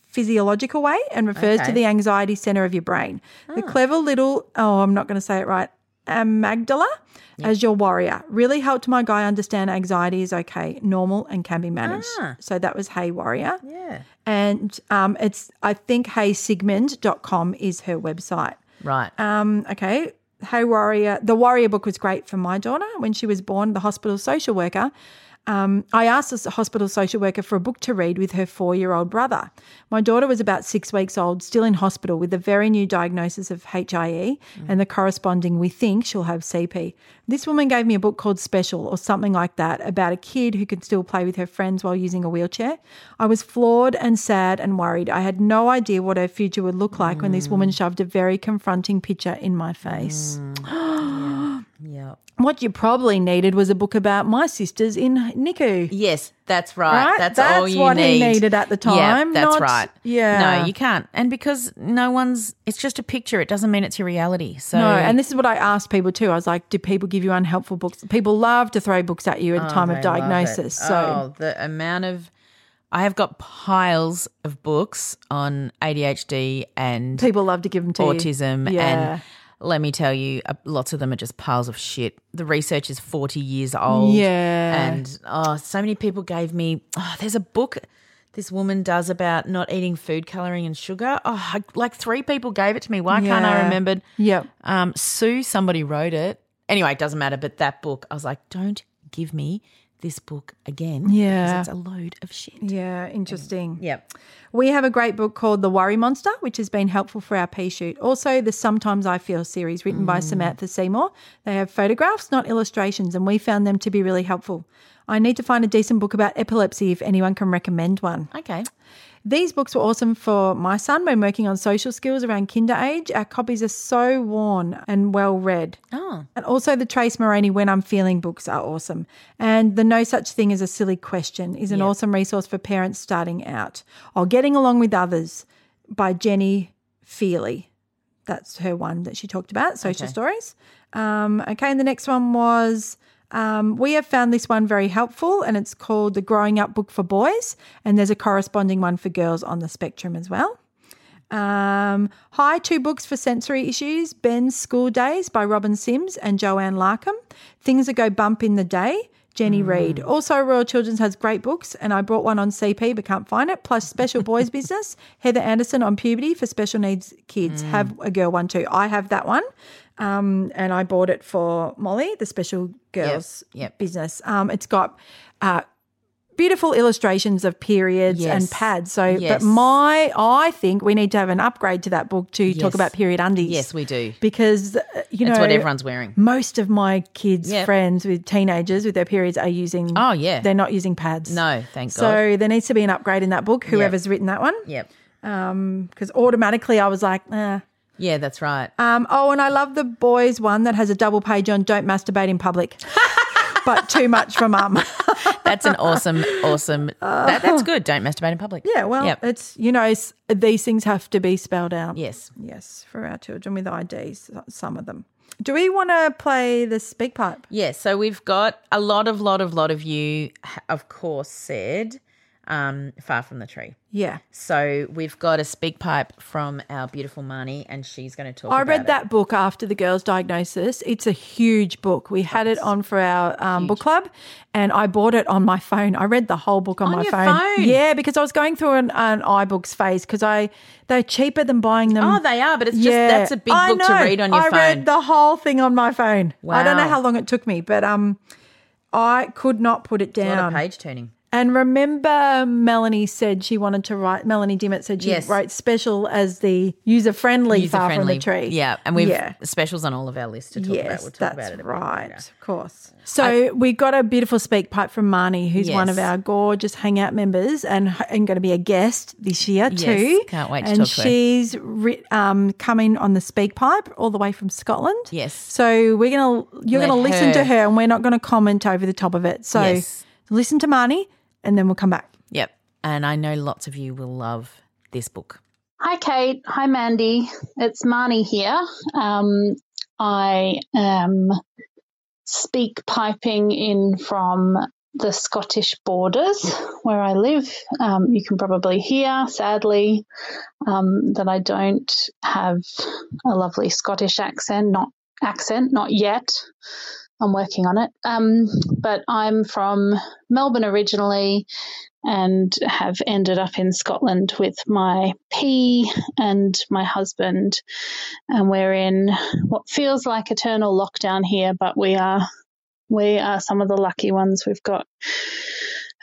A: physiological way and refers to
B: Okay. Ah.
A: the anxiety center of your brain. The clever little, oh, I'm not going to say it right, amygdala as your warrior really helped my guy understand anxiety is okay, normal, and can be managed. So that was Hey Warrior.
B: Ah. Yeah.
A: And um, it's, I think, heysigmund.com is her website.
B: Right.
A: Um, okay. Hey Warrior. The Warrior book was great for my daughter when she was born, the hospital social worker. Um, I asked this hospital social worker for a book to read with her four year old brother. My daughter was about six weeks old, still in hospital with a very new diagnosis of HIE and the corresponding, we think she'll have CP. This woman gave me a book called Special or something like that about a kid who can still play with her friends while using a wheelchair. I was floored and sad and worried. I had no idea what her future would look like when this woman shoved a very confronting picture in my face.
B: yeah.
A: What you probably needed was a book about my sisters in NICU.
B: Yes, that's right.
A: Right?
B: That's, all
A: That's
B: you
A: what he
B: need.
A: needed at the time,
B: Yeah, that's
A: not-
B: right.
A: yeah.
B: No, you can't. And because no one's, it's just a picture. It doesn't mean it's your reality. So
A: No, and this is what I asked people too. I was like, do people give you unhelpful books? People love to throw books at you at the time of diagnosis. So
B: oh, the amount of I have got piles of books on ADHD and
A: people love to give them to you.
B: autism
A: Yeah.
B: and let me tell you uh, lots of them are just piles of shit the research is 40 years old
A: Yeah.
B: and oh so many people gave me oh there's a book this woman does about not eating food coloring and sugar oh I, like three people gave it to me why can't i
A: Yeah.
B: remember
A: Yep.
B: um sue somebody wrote it anyway it doesn't matter but that book i was like don't give me this book again
A: Yeah.
B: because it's a load of shit
A: Yeah, interesting.
B: yep
A: We have a great book called The Worry Monster, which has been helpful for our pea shoot. Also, the Sometimes I Feel series, written
B: Mm.
A: by Samantha Seymour. They have photographs, not illustrations, and we found them to be really helpful. I need to find a decent book about epilepsy if anyone can recommend one.
B: okay
A: These books were awesome for my son when working on social skills around kinder age. Our copies are so worn and well read. Oh. And also the Trace Moraney When I'm Feeling books are awesome. And the No Such Thing as a Silly Question is an awesome resource for parents starting out or getting along with others by Jenny Feely. That's her one that she talked about, social stories. Um, okay, and the next one was um, we have found this one very helpful, and it's called The Growing Up Book for Boys, and there's a corresponding one for girls on the spectrum as well. Um, Hi, two books for sensory issues Ben's School Days by Robin Sims and Joanne Larkham. Things That Go Bump in the Day,
B: Hmm.
A: Jenny Reid. Also, Royal Children's has great books, and I brought one on CP but can't find it. Plus, Special Boys Business, Heather Anderson on puberty for special needs
B: Hmm.
A: kids. Have a girl one too. I have that one. Um, and I bought it for Molly, the special girls
B: yep.
A: business. Um, it's got uh, beautiful illustrations of periods
B: Yes.
A: and pads. So,
B: Yes.
A: but my, I think we need to have an upgrade to that book to
B: Yes.
A: talk about period undies.
B: Yes, we do.
A: Because, uh, you
B: That's
A: know,
B: what everyone's wearing.
A: most of my kids'
B: Yep.
A: friends with teenagers with their periods are using.
B: Oh, yeah.
A: they're not using pads.
B: No, thank God.
A: So there needs to be an upgrade in that book. Whoever's written that one,
B: Yep.
A: because automatically I was like, eh.
B: Yeah, that's right.
A: um, oh, and I love the boys one that has a double page on "Don't masturbate in public," but too much for mum.
B: That's an awesome, awesome. That, that's good. Don't masturbate in public.
A: yeah, well,
B: Yep.
A: it's you know it's, these things have to be spelled out.
B: yes.
A: yes, for our children with IDs, some of them. Do we want to play the speak pipe?
B: Yeah, so we've got a lot of, lot of, lot of you, of course, said um, far from the tree.
A: Yeah,
B: So we've got a speak pipe from our beautiful Marnie, and she's going to talk.
A: I
B: about
A: read
B: it.
A: that book after the girl's diagnosis. It's a huge book. We had it on for our um, book club, and I bought it on my phone. I read the whole book on,
B: On
A: my
B: your
A: phone.
B: phone?
A: Yeah, because I was going through an, an iBooks phase because I they're cheaper than buying them.
B: Oh, they are, but it's just that's a big
A: um, I
B: book to
A: know.
B: read on your
A: I
B: phone.
A: read the whole thing on my phone. I don't know
B: Wow.
A: how long it took me, but um, I could not put it
B: a lot
A: down.
B: of page turning.
A: And remember, Melanie said she wanted to write. Melanie Dimmitt said she
B: Yes.
A: wrote special as the user friendly, far from the
B: User-friendly.
A: tree.
B: Yeah, and we've
A: Yeah.
B: specials on all of our lists to talk about. We'll talk
A: that's
B: about it. a bit
A: right,
B: later.
A: of course. So we got a beautiful speak pipe from Marnie, who's one of
B: Yes.
A: our gorgeous hangout members and and going to be a guest this year
B: Yes,
A: too.
B: can't wait to
A: and
B: talk to her.
A: she's ri- um, coming on the speak pipe all the way from Scotland.
B: Yes.
A: So we're gonna you're
B: Let
A: gonna listen
B: her-
A: to her, and we're not gonna comment over the top of it. So
B: Yes.
A: listen to Marnie, and then we'll come back.
B: Yep, and I know lots of you will love this book.
C: Hi, Kate. Hi, Mandy. It's Marnie here. Um, I am speak piping in from the Scottish borders where I live. Um, you can probably hear, sadly, um, that I don't have a lovely Scottish accent. Not accent, not yet. I'm working on it. Um, but I'm from Melbourne originally and have ended up in Scotland with my P and my husband. And we're in what feels like eternal lockdown here, but we are we are some of the lucky ones. We've got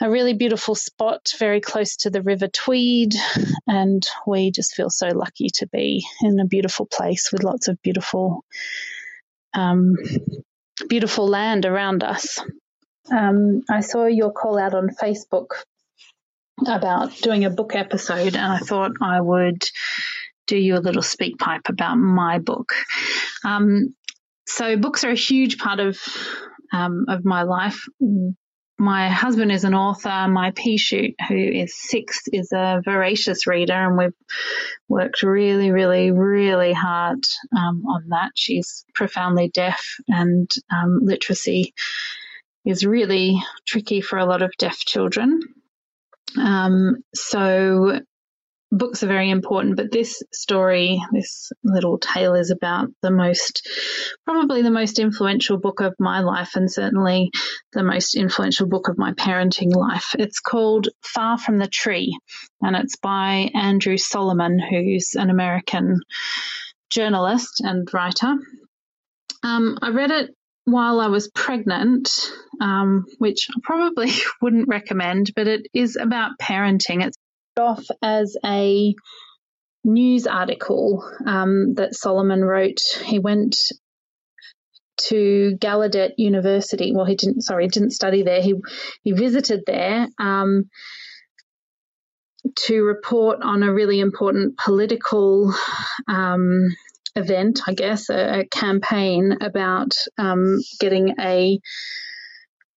C: a really beautiful spot very close to the River Tweed, and we just feel so lucky to be in a beautiful place with lots of beautiful um, beautiful land around us. Um, I saw your call out on Facebook about doing a book episode, and I thought I would do you a little speak pipe about my book. Um, so, books are a huge part of um, of my life. My husband is an author. My pea shoot, who is six, is a voracious reader, and we've worked really, really, really hard um, on that. She's profoundly deaf, and um, literacy is really tricky for a lot of deaf children. Um, so books are very important, but this story, this little tale, is about the most, probably the most influential book of my life, and certainly the most influential book of my parenting life. It's called Far from the Tree, and it's by Andrew Solomon, who's an American journalist and writer. Um, I read it while I was pregnant, um, which I probably wouldn't recommend, but it is about parenting. It's off as a news article um, that Solomon wrote. He went to Gallaudet University. Well, he didn't. Sorry, didn't study there. He he visited there. Um, to report on a really important political um, event, I guess, a, a campaign about um, getting a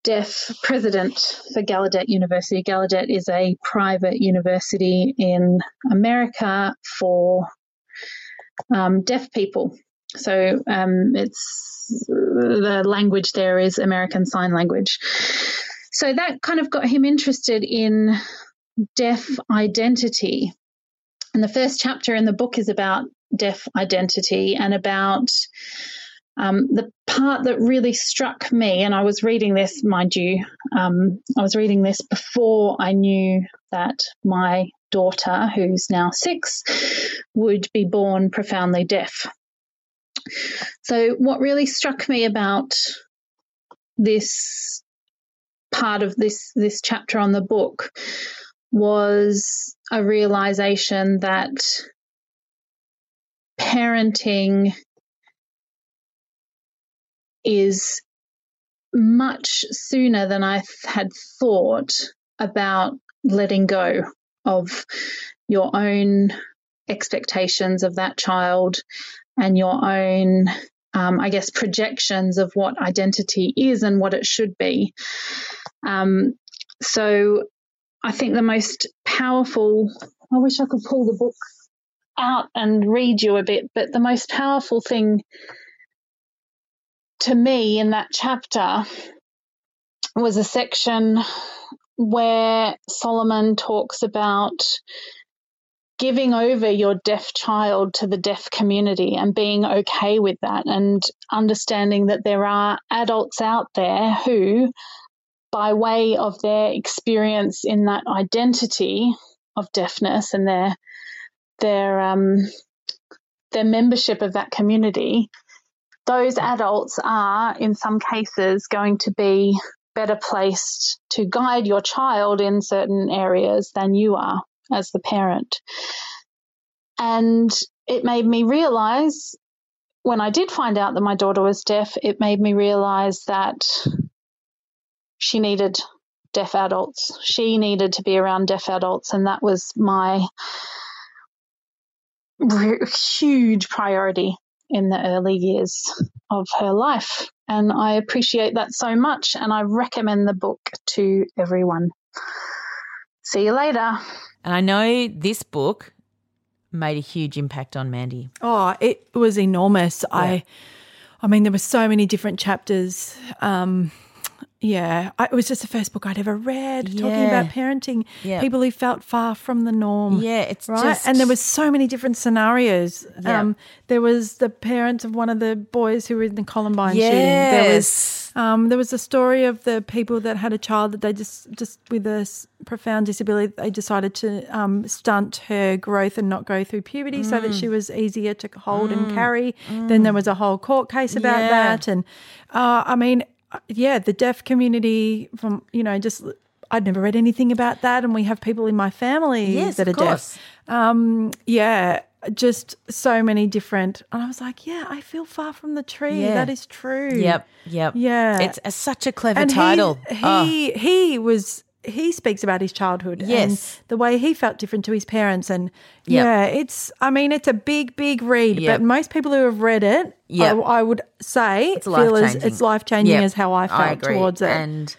C: deaf president for Gallaudet University. Gallaudet is a private university in America for um, deaf people. So um, it's the language there is American Sign Language. So that kind of got him interested in deaf identity. And the first chapter in the book is about deaf identity and about um, the part that really struck me. And I was reading this, mind you, um, I was reading this before I knew that my daughter, who's now six, would be born profoundly deaf. So, what really struck me about this part of this this chapter on the book was a realization that parenting is much sooner than I had thought about letting go of your own expectations of that child and your own, um, I guess, projections of what identity is and what it should be. Um, so I think the most powerful, I wish I could pull the book out and read you a bit, but the most powerful thing to me in that chapter was a section where Solomon talks about giving over your deaf child to the deaf community and being okay with that and understanding that there are adults out there who by way of their experience in that identity of deafness and their their um, their membership of that community those adults are, in some cases, going to be better placed to guide your child in certain areas than you are as the parent. And it made me realize when I did find out that my daughter was deaf, it made me realize that she needed deaf adults. She needed to be around deaf adults. And that was my huge priority in the early years of her life. And I appreciate that so much. And I recommend the book to everyone. See you later.
B: And I know this book made a huge impact on Mandy.
A: Oh, it was enormous. I, I mean, there were so many different chapters. Um, yeah, I, it was just the first book I'd ever read talking
B: Yeah.
A: about parenting
B: Yeah.
A: people who felt far from the norm.
B: Yeah, it's
A: Oh right.
B: just-
A: and there was so many different scenarios.
B: Yeah.
A: Um, there was the parents of one of the boys who were in the Columbine shooting. There was um, there was a story of the people that had a child that they just, just with a s- profound disability, they decided to um, stunt her growth and not go through puberty so
B: Mm.
A: that she was easier to hold and carry. Then there was a whole court case about
B: Yeah.
A: that, and uh, I mean, uh, yeah, the deaf community from you know just. I'd never read anything about that, and we have people in my family
B: Yes,
A: that
B: of
A: are deaf
B: course.
A: yeah, just so many different. And I was like, yeah, I feel far from the tree.
B: Yeah.
A: That is true.
B: Yep, yep.
A: Yeah.
B: It's a, such a clever
A: and he-
B: title.
A: He
B: Oh.
A: he, was he speaks about his childhood.
B: Yes.
A: and the way he felt different to his parents, and
B: Yep.
A: yeah, it's. I mean, it's a big, big read.
B: Yep.
A: But most people who have read it, yeah,
B: Yep.
A: I, I would say,
B: It's
A: feel as
B: life-changing.
A: it's life changing
B: Yep,
A: as how I felt
B: agree.
A: towards it.
B: And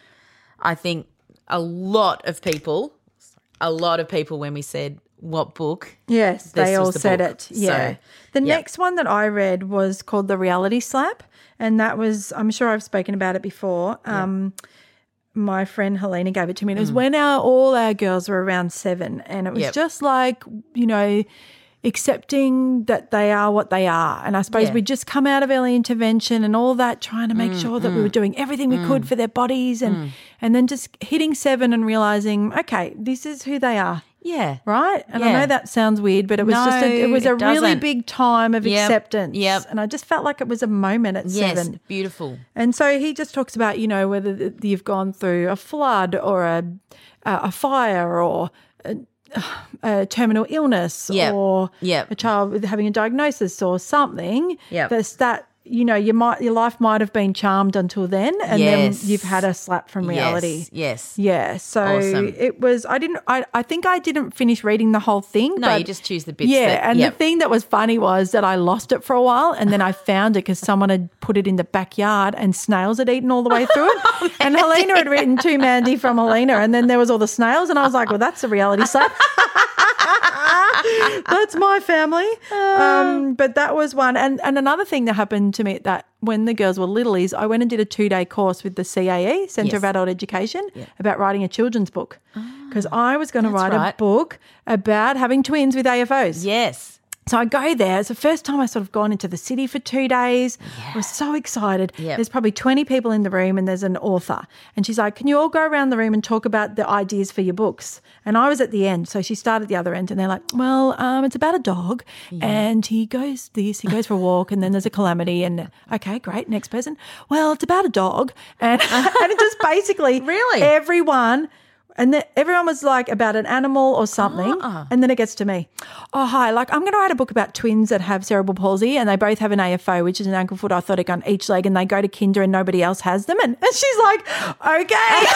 B: I think a lot of people, a lot of people, when we said what book,
A: Yes,
B: This
A: they
B: was
A: all
B: the
A: said
B: book.
A: it.
B: So,
A: Yeah. the
B: yeah.
A: next one that I read was called The Reality Slap. And that was, I'm sure I've spoken about it before. Um, My friend Helena gave it to me. And it was when our, all our girls were around seven. And it was
B: Mm. Yep.
A: just like, you know, accepting that they are what they are. And I suppose
B: Yeah. Mm,
A: we'd just come out of early intervention and all that, trying to make sure that we were doing everything we could for their bodies. And, and then just hitting seven and realizing, okay, this is who they are
B: yeah,
A: right? And I
B: Yeah.
A: know that sounds weird, but it was just a, it
B: No,
A: was a
B: it
A: really
B: doesn't.
A: big time of
B: Yep,
A: acceptance.
B: yep.
A: And I just felt like it was a moment at
B: yes,
A: seven.
B: beautiful.
A: And so he just talks about you know whether th- you've gone through a flood or a a, a fire or a, a terminal illness
B: Yep,
A: or
B: yep.
A: a child with having a diagnosis or something.
B: Yep.
A: That's that. You know, you might your life might have been charmed until then, and
B: Yes.
A: then you've had a slap from reality.
B: Yes, yes.
A: Yeah, so
B: Awesome.
A: it was. I didn't. I, I think I didn't finish reading the whole thing.
B: No,
A: but
B: you just choose the bits.
A: yeah,
B: that,
A: and
B: yep.
A: the thing that was funny was that I lost it for a while, and then I found it because someone had put it in the backyard, and snails had eaten all the way through it. and Helena had written to Mandy from Helena, and then there was all the snails, and I was like, "Well, that's a reality slap." that's my family.
B: Oh.
A: Um, but that was one. And, and another thing that happened to me that when the girls were little is I went and did a two day course with the CAE, Centre of
B: Yes. Ah,
A: Adult Education, about writing a children's book. Because I was going to write a
B: right.
A: book about having twins with AFOs.
B: yes,
A: So I go there. It's the first time I sort of gone into the city for two days. I was so excited.
B: Yep.
A: There's probably 20 people in the room and there's an author. And she's like, Can you all go around the room and talk about the ideas for your books? And I was at the end. So she started the other end and they're like, Well, um, it's about a dog and he goes this, he goes for a walk and then there's a calamity. And okay, great. Next person. Well, it's about a dog. And, and it just basically
B: Really?
A: everyone. And then everyone was like about an animal or something.
B: Ah.
A: And then it gets to me. Oh, hi. Like, I'm going to write a book about twins that have cerebral palsy and they both have an AFO, which is an ankle foot orthotic on each leg, and they go to kinder and nobody else has them. And, and she's like, okay.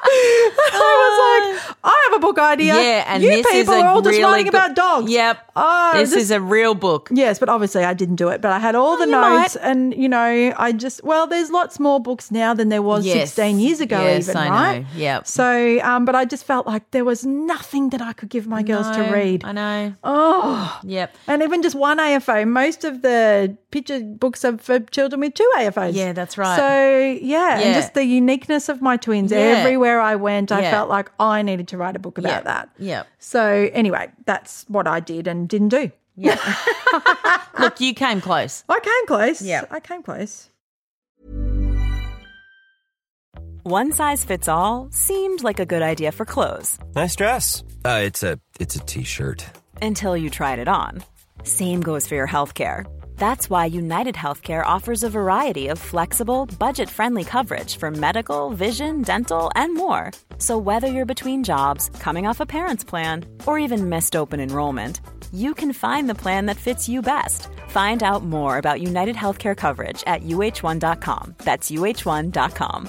A: I was like, I have a book idea.
B: Yeah, and
A: you
B: this
A: people
B: is a
A: are all just
B: really
A: writing
B: good-
A: about dogs.
B: Yep.
A: Oh,
B: this, is a real book.
A: Yes, but obviously I didn't do it. But I had all the
B: you
A: notes, and you know, I just well, there's lots more books now than there was
B: Yes.
A: 16 years ago.
B: Yes,
A: even
B: I know.
A: right?
B: Yep.
A: So, um, but I just felt like there was nothing that I could give my girls to
B: No,
A: read.
B: I know.
A: Oh,
B: Yep.
A: and even just one AFO. Most of the picture books are for children with two AFOs.
B: Yeah, that's right.
A: So yeah,
B: Yeah.
A: and just the uniqueness of my twins.
B: Yeah.
A: Everywhere I went, I
B: Yeah.
A: felt like I needed to write a book about
B: Yep.
A: that.
B: Yep.
A: So anyway, that's what I did and didn't do.
B: Look, you came close.
A: I came close.
B: Yeah.
A: I came close.
D: One size fits all seemed like a good idea for clothes
E: Nice dress. Uh, it's a it's a t-shirt.
D: until you tried it on. Same goes for your healthcare. That's why United Healthcare offers a variety of flexible, budget friendly coverage for medical, vision, dental, and more. So, whether you're between jobs, coming off a parent's plan, or even missed open enrollment, you can find the plan that fits you best. Find out more about United Healthcare coverage at uh1.com. That's uh1.com.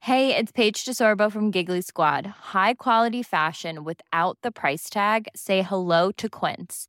F: Hey, it's Paige DeSorbo from Giggly Squad. High quality fashion without the price tag. Say hello to Quince.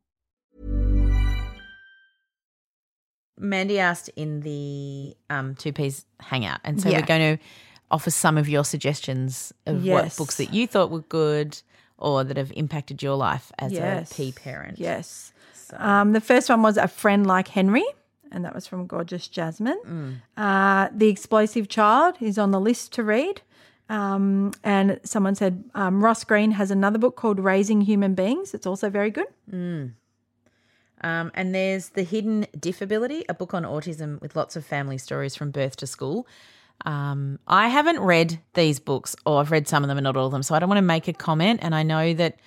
B: Mandy asked in the um, two P's hangout, and so
A: Yeah.
B: we're going to offer some of your suggestions of what
A: Yes.
B: books that you thought were good or that have impacted your life as a P parent.
A: Yes. Um, the first one was A Friend Like Henry, and that was from Gorgeous
B: Mm.
A: Jasmine. Uh, the Explosive Child is on the list to read. Um, and someone said um, Ross Green has another book called Raising Human Beings. It's also very good.
B: Um, and there's The Hidden Diffability, a book on autism with lots of family stories from birth to school. Um, I haven't read these books, or I've read some of them and not all of them, so I don't want to make a comment. And I know that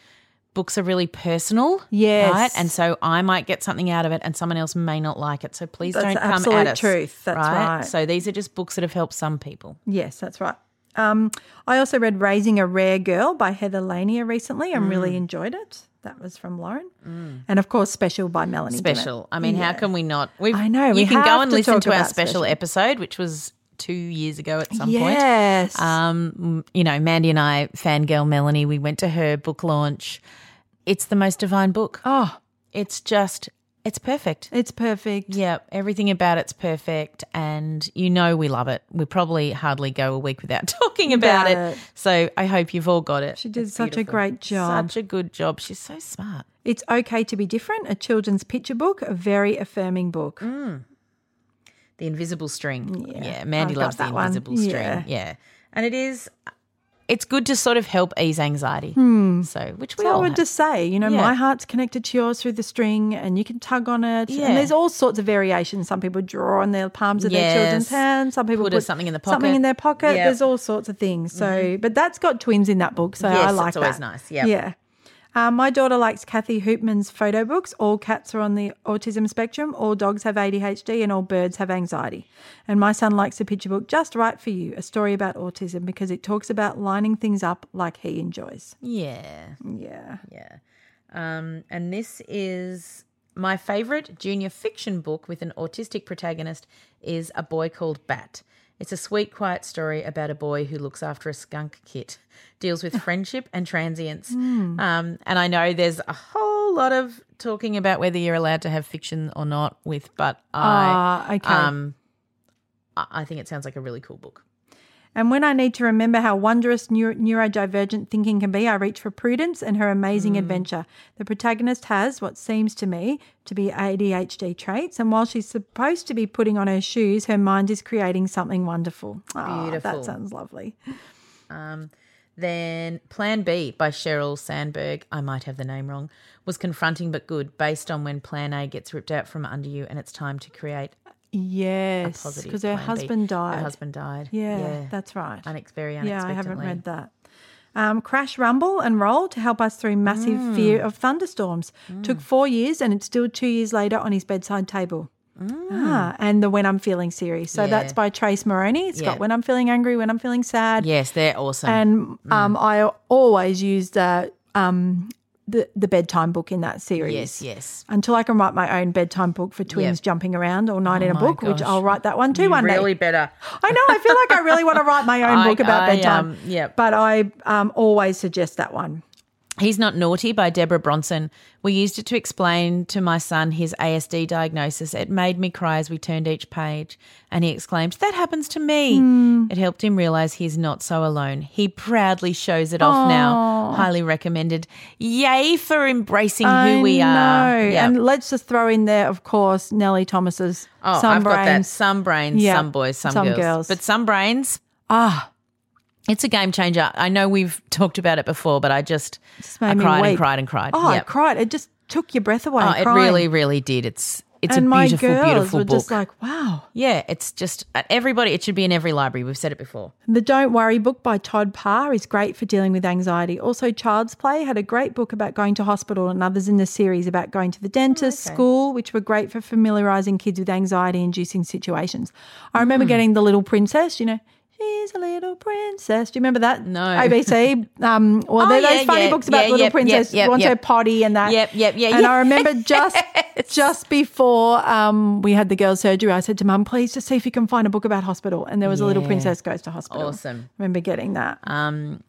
B: books are really personal,
A: Yes.
B: right? And so I might get something out of it, and someone else may not like it. So please
A: That's
B: don't
A: the
B: come at
A: absolute
B: us.
A: truth. That's right.
B: So these are just books that have helped some people.
A: Yes, that's right. Um, I also read Raising a Rare Girl by Heather Lania recently and really
B: Mm.
A: enjoyed it. That was from Lauren. And of course, Special by Melanie. Dennett.
B: Special. I mean, how
A: Yeah.
B: can we not? We've,
A: I know,
B: You
A: we
B: can
A: have
B: go and
A: to
B: listen
A: talk
B: to our
A: about
B: special,
A: special.
B: episode, which was two years ago at some point.
A: Yes.
B: Um, you know, Mandy and I, fangirl Melanie, we went to her book launch. It's the most divine book.
A: oh,
B: It's just, it's perfect.
A: it's perfect.
B: Yeah, everything about it's perfect, and you know we love it. We probably hardly go a week without talking about,
A: About
B: it.
A: it.
B: So I hope you've all got it.
A: She did
B: It's
A: such a
B: beautiful.
A: great job.
B: Such a good job. She's so smart.
A: It's Okay to Be Different, a children's picture book, a very affirming book.
B: Mm. The invisible string. Yeah,
A: Yeah,
B: Mandy
A: I've got
B: loves the
A: that one.
B: invisible string. Yeah.
A: Yeah.
B: and it is. It's good to sort of help ease anxiety.
A: Hmm.
B: So, which we
A: So I
B: all
A: would
B: have.
A: just say, you know,
B: Yeah.
A: my heart's connected to yours through the string and you can tug on it.
B: Yeah.
A: And there's all sorts of variations. Some people draw on their palms of their
B: Yes.
A: children's hands. Some people
B: Put a-
A: put
B: something in the pocket.
A: Something in their pocket.
B: Yeah.
A: There's all sorts of things. So, but that's got twins in that book. So
B: Yes,
A: I
B: it's
A: like that.
B: always nice. Yeah.
A: Yeah. Um, my daughter likes Kathy Hoopman's photo books. All cats are on the autism spectrum. All dogs have ADHD, and all birds have anxiety. And my son likes the picture book "Just Right for You: A Story About Autism" because it talks about lining things up like he enjoys.
B: yeah.
A: Yeah.
B: Yeah. Um, and this is my favorite junior fiction book with an autistic protagonist is A Boy Called Bat. It's a sweet, quiet story about a boy who looks after a skunk kit, deals with friendship and transience.
A: Hmm.
B: Um, and I know there's a whole lot of talking about whether you're allowed to have fiction or not with, but I,
A: Ah, okay.
B: um, I I think it sounds like a really cool book.
A: And when I need to remember how wondrous neu- neurodivergent thinking can be, I reach for Prudence and her
B: Hmm.
A: amazing adventure. The protagonist has what seems to me to be ADHD traits, and while she's supposed to be putting on her shoes, her mind is creating something wonderful. Ah,
B: Beautiful.
A: that sounds lovely.
B: Then Plan B by Cheryl Sandberg, I might have the name wrong, was confronting but good, based on when Plan A gets ripped out from under you and it's time to create a
A: Yes,
B: positive.
A: because her
B: Plan B.
A: husband died.
B: Her husband died.
A: Yeah, that's right.
B: Unex- very
A: Yeah, I haven't
B: unexpectedly.
A: read that. Um, Crash, Rumble, and Roll to help us through massive
B: Mm.
A: fear of thunderstorms. Took four years, and it's still two years later on his bedside table.
B: Mm.
A: Ah, and the When I'm Feeling series. So that's by Trace Moroney. It's
B: Yeah.
A: got When I'm Feeling Angry, When I'm Feeling Sad.
B: Yes, they're awesome.
A: And
B: Mm.
A: um, I always use the, um, the, the bedtime book in that series
B: yes, yes.
A: until I can write my own bedtime book for twins jumping around all night in a
B: Oh my
A: book, which
B: gosh.
A: I'll write that one too one
B: really
A: day.
B: better.
A: I know. I feel like I really want to write my own
B: I-
A: book about
B: I,
A: bedtime.
B: um, yep.
A: But I um, always suggest that one.
B: He's Not Naughty by Deborah Bronson. We used it to explain to my son his ASD diagnosis. It made me cry as we turned each page, and he exclaimed, That happens to me.
A: Hmm.
B: It helped him realize he's not so alone. He proudly shows it off now. Highly recommended. Yay for embracing who we are.
A: No,
B: Yeah.
A: and let's just throw in there, of course, Nellie Thomas's
B: oh,
A: Sunbrains.
B: I've got that. Some brains,
A: Yeah.
B: some boys, some,
A: Some
B: girls.
A: girls.
B: But some brains. Ah. It's a game changer. I know we've talked about it before, but I just,
A: Just made
B: I
A: me
B: cried and
A: weep.
B: cried and cried.
A: Oh,
B: Yep.
A: I cried. It just took your breath away.
B: Oh, it
A: crying.
B: really, really did. It's it's
A: and
B: a
A: my
B: beautiful,
A: girls
B: beautiful
A: were
B: book.
A: just like, wow.
B: yeah, it's just uh, everybody. It should be in every library. We've said it before.
A: The Don't Worry book by Todd Parr is great for dealing with anxiety. Also, Child's Play had a great book about going to hospital and others in the series about going to the dentist, school, which were great for familiarizing kids with anxiety inducing situations. I
B: Hmm.
A: remember getting The Little Princess, you know. She's a little princess. Do you remember that?
B: No.
A: ABC. Um, well,
B: Oh,
A: they're
B: yeah,
A: those funny
B: yeah,
A: books about
B: yeah,
A: little
B: yep,
A: princess.
B: yep, yep,
A: wants her
B: yep.
A: potty and that.
B: Yep, yep, yeah,
A: And
B: yeah.
A: I remember just just before um, we had the girls' surgery, I said to Mum, "Please just see if you can find a book about hospital." And there was a little princess goes to hospital.
B: Awesome. Um,
A: Remember getting that?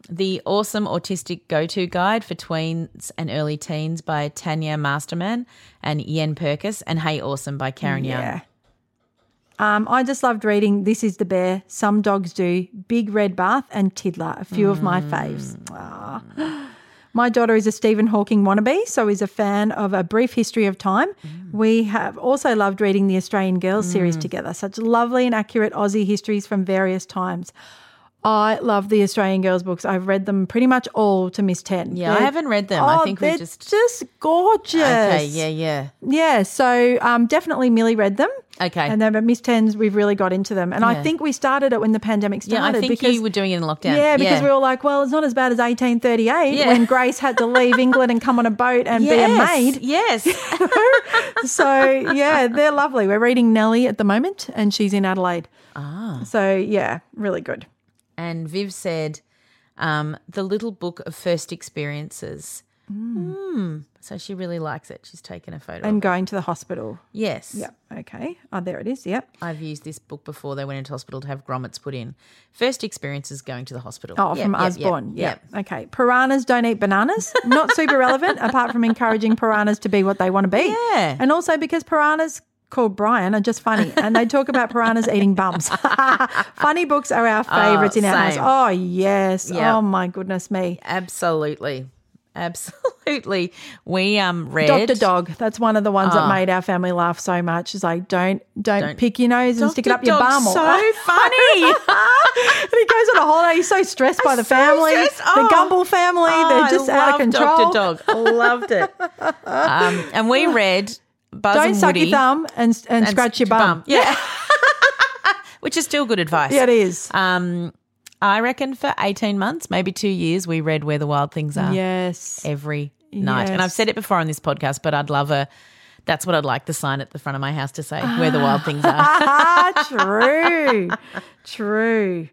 B: The awesome autistic go-to guide for tweens and early teens by Tanya Masterman and Yen Perkis, and Hey Awesome by Karen
A: yeah.
B: Young.
A: Um, I just loved reading This Is the Bear, Some Dogs Do, Big Red Bath, and Tiddler, a few of my faves. Ah. My daughter is a Stephen Hawking wannabe, so is a fan of A Brief History of Time.
B: Mm.
A: We have also loved reading the Australian Girls series together, such lovely and accurate Aussie histories from various times. I love the Australian Girls books. I've read them pretty much all to Miss 10.
B: Yeah, I haven't read them. I
A: Oh,
B: think we
A: they're
B: just-
A: gorgeous.
B: Okay, yeah, yeah.
A: Yeah, so um, definitely Millie read them.
B: Okay.
A: And then but Miss Tens, we've really got into them. And I
B: Yeah.
A: think we started it when the pandemic started.
B: Yeah, I think
A: because,
B: you were doing it in lockdown.
A: Yeah, because we were all like, well, it's not as bad as 1838
B: Yeah.
A: when Grace had to leave England and come on a boat and be a maid.
B: Yes.
A: So, yeah, they're lovely. We're reading Nellie at the moment and she's in Adelaide. Ah. So, yeah, really good.
B: and Viv said, um, "The little book of first experiences." Mm. So she really likes it. She's taken a photo.
A: And
B: of it.
A: going to the hospital.
B: Yes.
A: Yep. Okay. Oh, there it is. Yep.
B: I've used this book before. They went into hospital to have grommets put in. First experience is going to the hospital.
A: Oh,
B: Yeah,
A: from
B: yeah, yeah,
A: Osborne.
B: yeah.
A: Yeah. Okay. Piranhas don't eat bananas. Not super relevant, apart from encouraging piranhas to be what they want to be.
B: Yeah.
A: And also because piranhas called Brian are just funny and they talk about piranhas eating bums. funny books are our favorites in our
B: same.
A: house. Oh, yes.
B: Yeah.
A: Oh, my goodness me.
B: Absolutely. Absolutely. We um read
A: Doctor Dog. That's one of the ones
B: Oh.
A: that made our family laugh so much. Is like don't don't, pick your nose and stick it
B: Dr.
A: up your
B: Dog's
A: bum. or-
B: so funny.
A: and he goes on a holiday. He's so stressed by the
B: so
A: family,
B: stressed.
A: the
B: Oh.
A: Gumble family.
B: I
A: They're just out of
B: love
A: control.
B: Dr. Dog. Loved it. Um, and we read Buzz
A: Don't
B: and
A: suck your
B: Woody
A: thumb and, and,
B: and
A: scratch your
B: your
A: bum.
B: Yeah. Which is still good advice.
A: Yeah, it is.
B: Um, I reckon for 18 months, maybe two years, we read Where the Wild Things Are
A: yes.
B: every night. And
A: Yes.
B: I've said it before on this podcast, but I'd love a That's what I'd like the sign at the front of my house to say, where the wild things are.
A: Ah, true, true.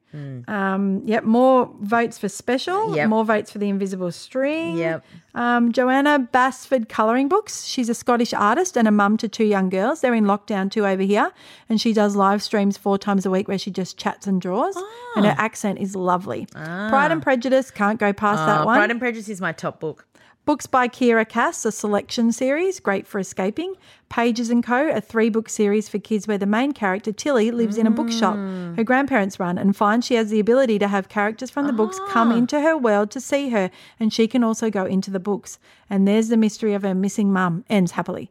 A: Um, yep, more votes for special.
B: Hmm. Yep.
A: More votes for the invisible string.
B: Yep.
A: Um, Joanna Basford Colouring Books. She's a Scottish artist and a mum to two young girls. They're in lockdown too over here. And she does live streams four times a week where she just chats and draws. And
B: Ah.
A: her accent is lovely. Pride and Prejudice, can't go past that
B: Oh,
A: one.
B: Ah. Pride and Prejudice is my top book.
A: Books by Kira Cass, a selection series, great for escaping. Pages and Co, a three-book series for kids where the main character Tilly lives in a bookshop
B: Mm.
A: her grandparents run and finds she has the ability to have characters from the books come
B: Ah.
A: into her world to see her and she can also go into the books. And there's the mystery of her missing mum ends happily.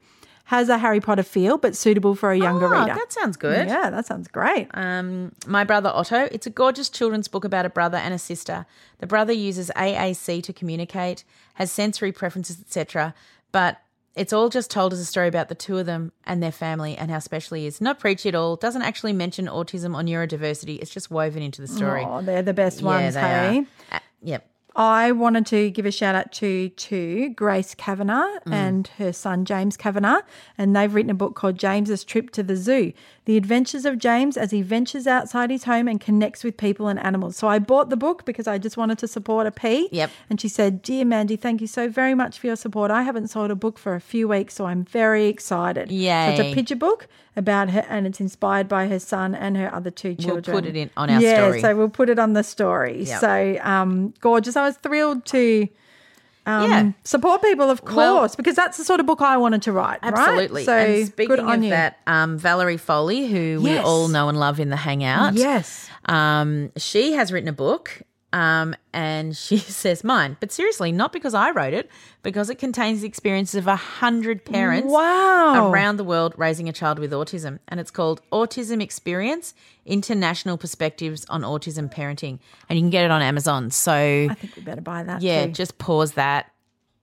A: Has a Harry Potter feel but suitable for a younger
B: Oh,
A: reader.
B: that sounds good.
A: Yeah, that sounds great.
B: Um, My Brother Otto. It's a gorgeous children's book about a brother and a sister. The brother uses AAC to communicate, has sensory preferences, etc. But it's all just told as a story about the two of them and their family and how special he is. Not preachy at all. Doesn't actually mention autism or neurodiversity. It's just woven into the story.
A: Oh, they're the best ones, hey.
B: are. Uh, yep.
A: I wanted to give a shout out to to Grace Kavanagh
B: Mm.
A: and her son James Kavanagh, and they've written a book called James's Trip to the Zoo: The Adventures of James as he ventures outside his home and connects with people and animals. So I bought the book because I just wanted to support a P.
B: Yep.
A: And she said, "Dear Mandy, thank you so very much for your support. I haven't sold a book for a few weeks, so I'm very excited. Yeah, So it's
B: Yay.
A: a picture book about her, and it's inspired by her son and her other two
B: We'll
A: children.
B: put it in on our
A: yeah,
B: story.
A: so we'll put it on the story.
B: Yep.
A: So um, gorgeous. I was thrilled to um,
B: Yeah.
A: support people, of course,
B: Well-
A: because that's the sort of book I wanted to write. right?
B: Absolutely.
A: So
B: and speaking
A: good on
B: of
A: you.
B: that, um, Valerie Foley, who we
A: Yes.
B: all know and love in the Hangout.
A: Yes.
B: Um, she has written a book. Um, and she says mine, but seriously, not because I wrote it, because it contains the experiences of a hundred parents
A: Wow.
B: around the world raising a child with autism. And it's called Autism Experience International Perspectives on Autism Parenting. And you can get it on Amazon. So,
A: I think we better buy that.
B: yeah,
A: too.
B: just pause that,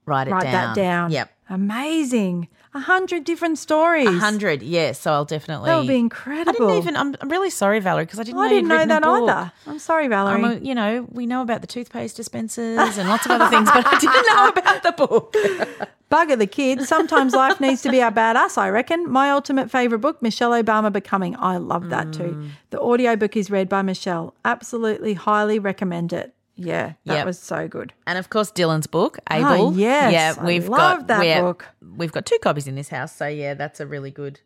B: write it
A: write
B: down.
A: that down.
B: Yep.
A: Amazing. A hundred different stories.
B: A hundred, yeah. So I'll definitely.
A: That would be
B: I
A: incredible.
B: didn't even. I'm, I'm really sorry, Valerie, because I didn't.
A: I
B: know you'd
A: didn't know
B: written a
A: that
B: book.
A: either. I'm sorry, Valerie.
B: I'm a- you know, we know about the toothpaste dispensers and lots of other things, but I didn't know about the book.
A: Bugger the kids. Sometimes life needs to be our badass, I reckon. My ultimate favourite book, Michelle Obama Becoming. I love that
B: Mm.
A: too. The audiobook is read by Michelle. Absolutely highly recommend it. Yeah, that
B: Yep.
A: was so good.
B: And of course, Dylan's book, Able.
A: Ah, yes,
B: yeah,
A: I
B: we've
A: love
B: got
A: that
B: we're-
A: book.
B: We've got two copies in this house, so yeah, that's a really good,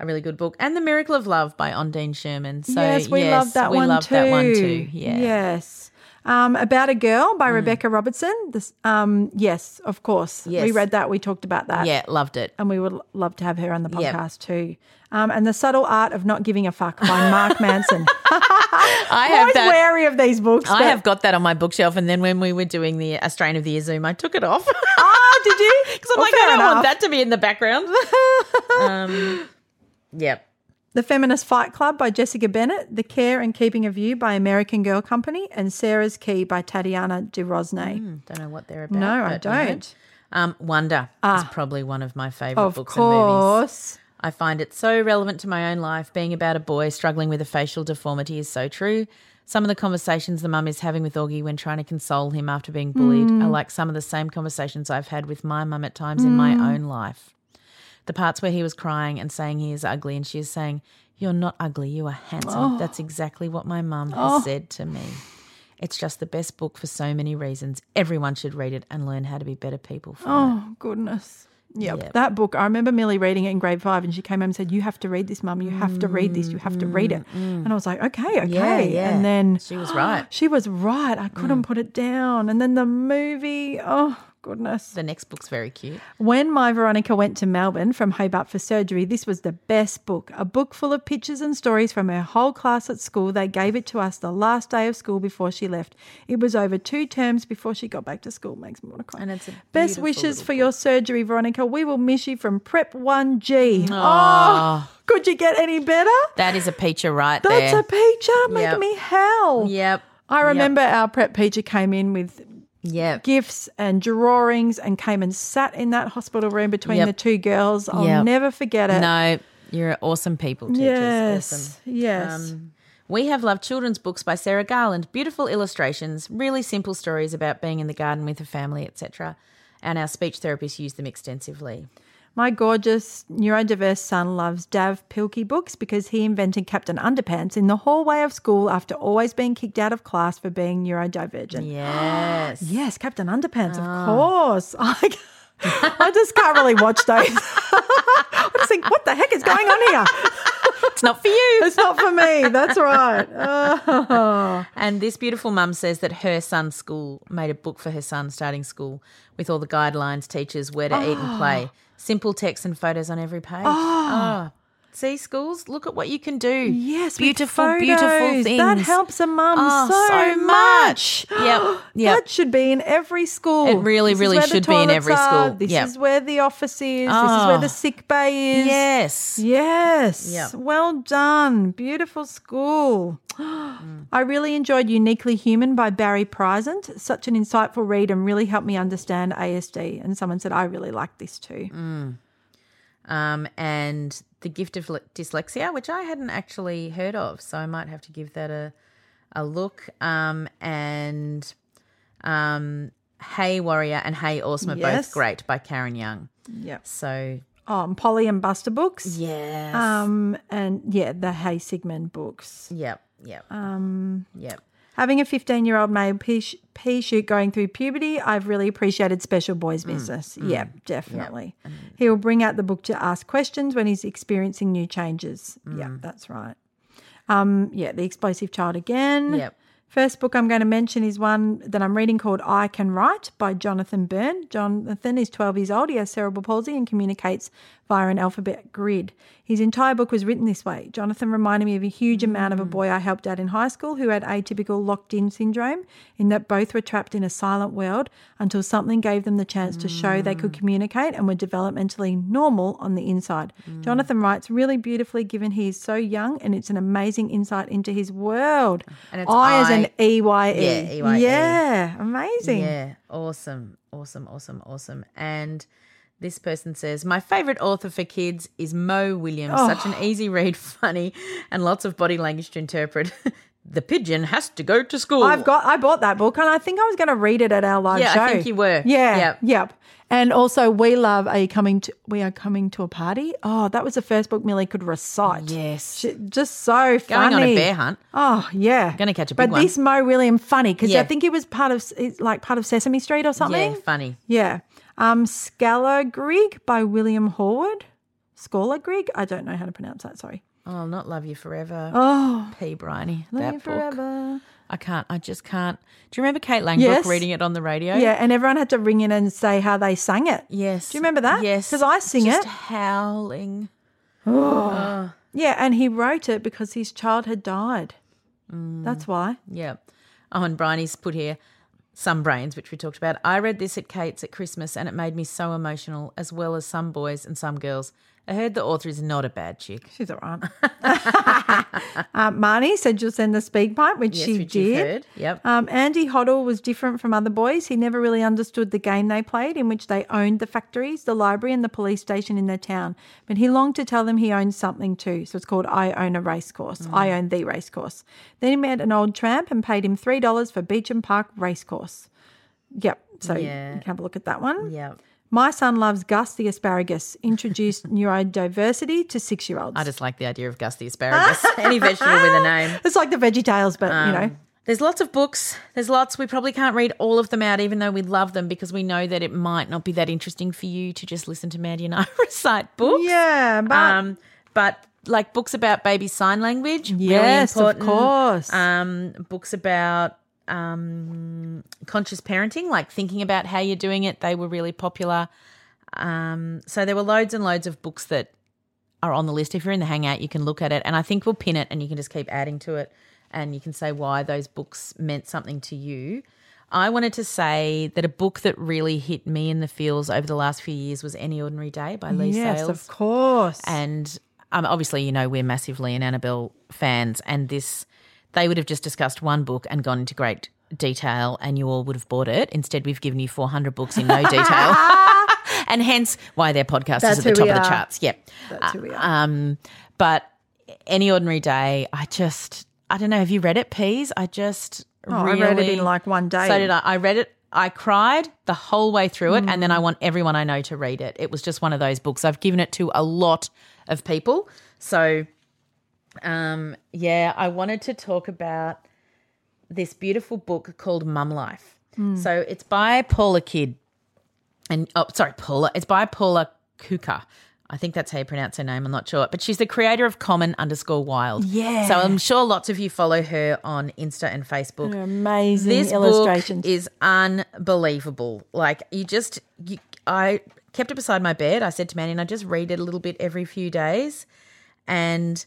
B: a really good book. And The Miracle of Love by Ondine Sherman. So
A: yes, we love that
B: we
A: one
B: love
A: too.
B: that one too. Yeah. Mm.
A: Yes. Um, About a Girl by Rebecca Robertson. This, um, yes, of course. We
B: Yes.
A: read that. We talked about that.
B: yeah, loved it.
A: and we would l- love to have her on the
B: Yep.
A: podcast too. Um, and The Subtle Art of Not Giving a Fuck by Mark Manson.
B: I
A: I'm
B: have
A: always
B: that.
A: wary of these books.
B: I
A: but-
B: have got that on my bookshelf, and then when we were doing the a strain of the year Zoom, I took it off. Ah,
A: Oh, did you?
B: Because I'm
A: Well,
B: like, I
A: fair
B: don't
A: enough.
B: want that to be in the background. um, yep.
A: The Feminist Fight Club by Jessica Bennett, The Care and Keeping of You by American Girl Company, and Sarah's Key by Tatiana de Rosne.
B: Don't know what they're about.
A: no, I
B: but, you know.
A: don't. Ah.
B: Um, Wonder is probably one of my favorite
A: Of
B: books and movies.
A: course.
B: I find it so relevant to my own life. Being about a boy struggling with a facial deformity is so true. Some of the conversations the mum is having with Augie when trying to console him after being bullied
A: Mm.
B: are like some of the same conversations I've had with my mum at times in
A: Mm.
B: my own life. The parts where he was crying and saying he is ugly, and she is saying, You're not ugly, you are
A: Oh.
B: handsome. That's exactly what my mum has said to me. It's just the best book for so many reasons. Everyone should read it and learn how to be better people from it.
A: Oh, goodness. Yep. That book, I remember Millie reading it in grade five, and she came home and said, You have to read this, Mum. You have to read this. You have to read it. And I was like, Okay, okay.
B: Mm, yeah.
A: And then
B: She was right. Mm.
A: She was right. I couldn't put it down. And then the movie, oh, goodness.
B: The next book's very cute.
A: When my Veronica went to Melbourne from Hobart for surgery, this was the best book. A book full of pictures and stories from her whole class at school. They gave it to us the last day of school before she left. It was over two terms before she got back to school. Makes me want to cry.
B: And it's a
A: Best
B: beautiful
A: wishes
B: little
A: for your surgery, Veronica. We will miss you from Prep 1G. Oh, could you get any better?
B: That is a peacher right
A: That's
B: there.
A: a peacher. Make
B: Yep.
A: me hell.
B: Yep.
A: I remember our prep teacher came in with
B: Yep.
A: gifts and drawings and came and sat in that hospital room between
B: Yep.
A: the two girls. I'll
B: Yep.
A: never forget it.
B: No, you're awesome people, teachers.
A: yes.
B: Awesome. Um,
A: Yes.
B: We Have Loved Children's Books by Sarah Garland. Beautiful illustrations, really simple stories about being in the garden with a family, etc. And our speech therapists use them extensively.
A: My gorgeous, neurodiverse son loves Dav Pilkey books because he invented Captain Underpants in the hallway of school after always being kicked out of class for being neurodivergent.
B: Yes. Ah.
A: Yes, Captain Underpants, of course. I, I just can't really watch those. I just think, what the heck is going on here?
B: It's not for you.
A: It's not for me. That's right. Oh.
B: And this beautiful mum says that her son's school made a book for her son starting school with all the guidelines, teachers, where to eat
A: Ah.
B: and play. Simple text and photos on every page. Oh. See, schools, look at what you can do.
A: Ah. Yes, with
B: beautiful, beautiful
A: photos.
B: things.
A: That helps a mum
B: Oh,
A: so,
B: so much. Yep, yep.
A: That should be in every school.
B: It really,
A: is
B: really
A: where the
B: should be in
A: toilets
B: every
A: are.
B: school.
A: This
B: Yep.
A: is where the office is. This is where
B: Oh.
A: the sick bay is.
B: Yes.
A: Yes.
B: Yep.
A: Well done. Beautiful school.
B: Mm.
A: I really enjoyed Uniquely Human by Barry Prisant. Such an insightful read and really helped me understand ASD. And someone said, I really like this too.
B: Mm, Um, and the gift of le- dyslexia, which I hadn't actually heard of, so I might have to give that a a look. Um, and um, Hey Warrior and Hey Awesome are
A: Yes.
B: both great by Karen Young.
A: Yes.
B: So
A: Um, Polly and Buster books.
B: yes,
A: Um, and yeah, the Hay Sigmund books.
B: yep, yep,
A: Um,
B: yep.
A: having a 15 year old male pea, sh- pea shoot going through puberty, I've really appreciated Special
B: Mm,
A: Boys Business. yeah, definitely. He will bring out the book to ask questions when he's experiencing new changes.
B: Mm.
A: Yeah, that's right. Um, yeah, The Explosive Child again.
B: Yep.
A: First book I'm going to mention is one that I'm reading called I Can Write by Jonathan Byrne. Jonathan is 12 years old. He has cerebral palsy and communicates via an alphabet grid. His entire book was written this way. Jonathan reminded me of a huge amount of a boy I helped out in high school who had atypical locked in syndrome, in that both were trapped in a silent world until something gave them the chance to show they could communicate and were developmentally normal on the inside. Jonathan writes really beautifully given he is so young, and it's an amazing insight into his world.
B: And it's
A: I as an
B: I-
A: EYE.
B: Yeah, EYE.
A: Yeah, amazing.
B: Yeah, awesome, awesome, awesome, awesome. And this person says, My favorite author for kids is Mo Williams. Such
A: Oh.
B: an easy read, funny, and lots of body language to interpret. the pigeon has to go to school.
A: I've got. I bought that book, and I think I was going to read it at our live
B: Yeah, I
A: show.
B: think you were.
A: Yeah.
B: Yep.
A: Yep. And also, we love. Are you coming to? We are coming to a party. Oh, that was the first book Millie could recite.
B: Yes.
A: She- just so
B: Going
A: funny.
B: on a bear hunt.
A: Oh yeah,
B: Gonna catch a
A: but
B: big one.
A: this Mo William funny because
B: Yeah.
A: I think it was part of it's like part of Sesame Street or something.
B: Yeah, funny.
A: Yeah. Um, Scala Greek by William Horwood. Scala Greek. I don't know how to pronounce that. Sorry.
B: Oh, I'll not love you forever.
A: Oh,
B: P. Briney.
A: love
B: that
A: you
B: book.
A: forever.
B: I can't. I just can't. Do you remember Kate Langbrook
A: Yes.
B: reading it on the radio?
A: Yeah, and everyone had to ring in and say how they sang it.
B: Yes.
A: Do you remember that?
B: Yes.
A: Because I sing it.
B: Just Oh.
A: Oh.
B: howling.
A: Yeah, and he wrote it because his child had died.
B: Mm.
A: That's why.
B: Yeah. Oh, and Briney's put here some brains, which we talked about. I read this at Kate's at Christmas and it made me so emotional, as well as some boys and some girls. I heard the author is not a bad chick.
A: She's all right. uh, Marnie said you'll send the speak pipe, which she
B: which you've
A: did.
B: heard. Yep.
A: Um, Andy Hoddle was different from other boys. He never really understood the game they played, in which they owned the factories, the library, and the police station in their town. But he longed to tell them he owned something too. So it's called I Own a Racecourse.
B: Mm.
A: I Own the Racecourse. Then he met an old tramp and paid him $3 for Beecham Park Racecourse. Yep. So
B: Yeah.
A: you can have a look at that one.
B: Yep.
A: My son loves Gus the asparagus, introduced neurodiversity to six year olds.
B: I just like the idea of Gus the asparagus. Any vegetable with a name. Um,
A: It's like the Veggie Tales, but you know.
B: There's lots of books. There's lots. We probably can't read all of them out, even though we love them, because we know that it might not be that interesting for you to just listen to Mandy and I recite books.
A: Yeah, but
B: Um, but like books about baby sign language,
A: Yes, of
B: really important.
A: course.
B: Um, books about um, conscious parenting, like thinking about how you're doing it. They were really popular. Um, so there were loads and loads of books that are on the list. If you're in the Hangout, you can look at it, and I think we'll pin it, and you can just keep adding to it, and you can say why those books meant something to you. I wanted to say that a book that really hit me in the feels over the last few years was Any Ordinary Day by Lee
A: yes,
B: Sales.
A: of course.
B: And um, obviously, you know, we're massive Lee and Annabelle fans, and this, they would have just discussed one book and gone into great detail, and you all would have bought it. Instead, we've given you 400 books in no detail. and hence why their podcast
A: That's
B: is at the
A: who
B: top
A: we
B: of the
A: are.
B: charts. Yep.
A: That's who we are.
B: Um, but any ordinary day, I just, I don't know. Have you read it, Peas? I just
A: Oh, I
B: really.
A: read it in, like, one day.
B: So did I. I read it. I cried the whole way through it, and then I want everyone I know to read it. It was just one of those books. I've given it to a lot of people. So, um, yeah, I wanted to talk about this beautiful book called Mum Life. So it's by Paula Kidd, and oh, sorry, Paula. It's by Paula Kuka. I think that's how you pronounce her name. I'm not sure, but she's the creator of Common underscore Wild. Yeah. So I'm sure lots of you follow her on Insta and Facebook
A: Amazing
B: this
A: illustrations.
B: book is unbelievable. Like you just, you, I kept it beside my bed. I said to Manny, and I just read it a little bit every few days, and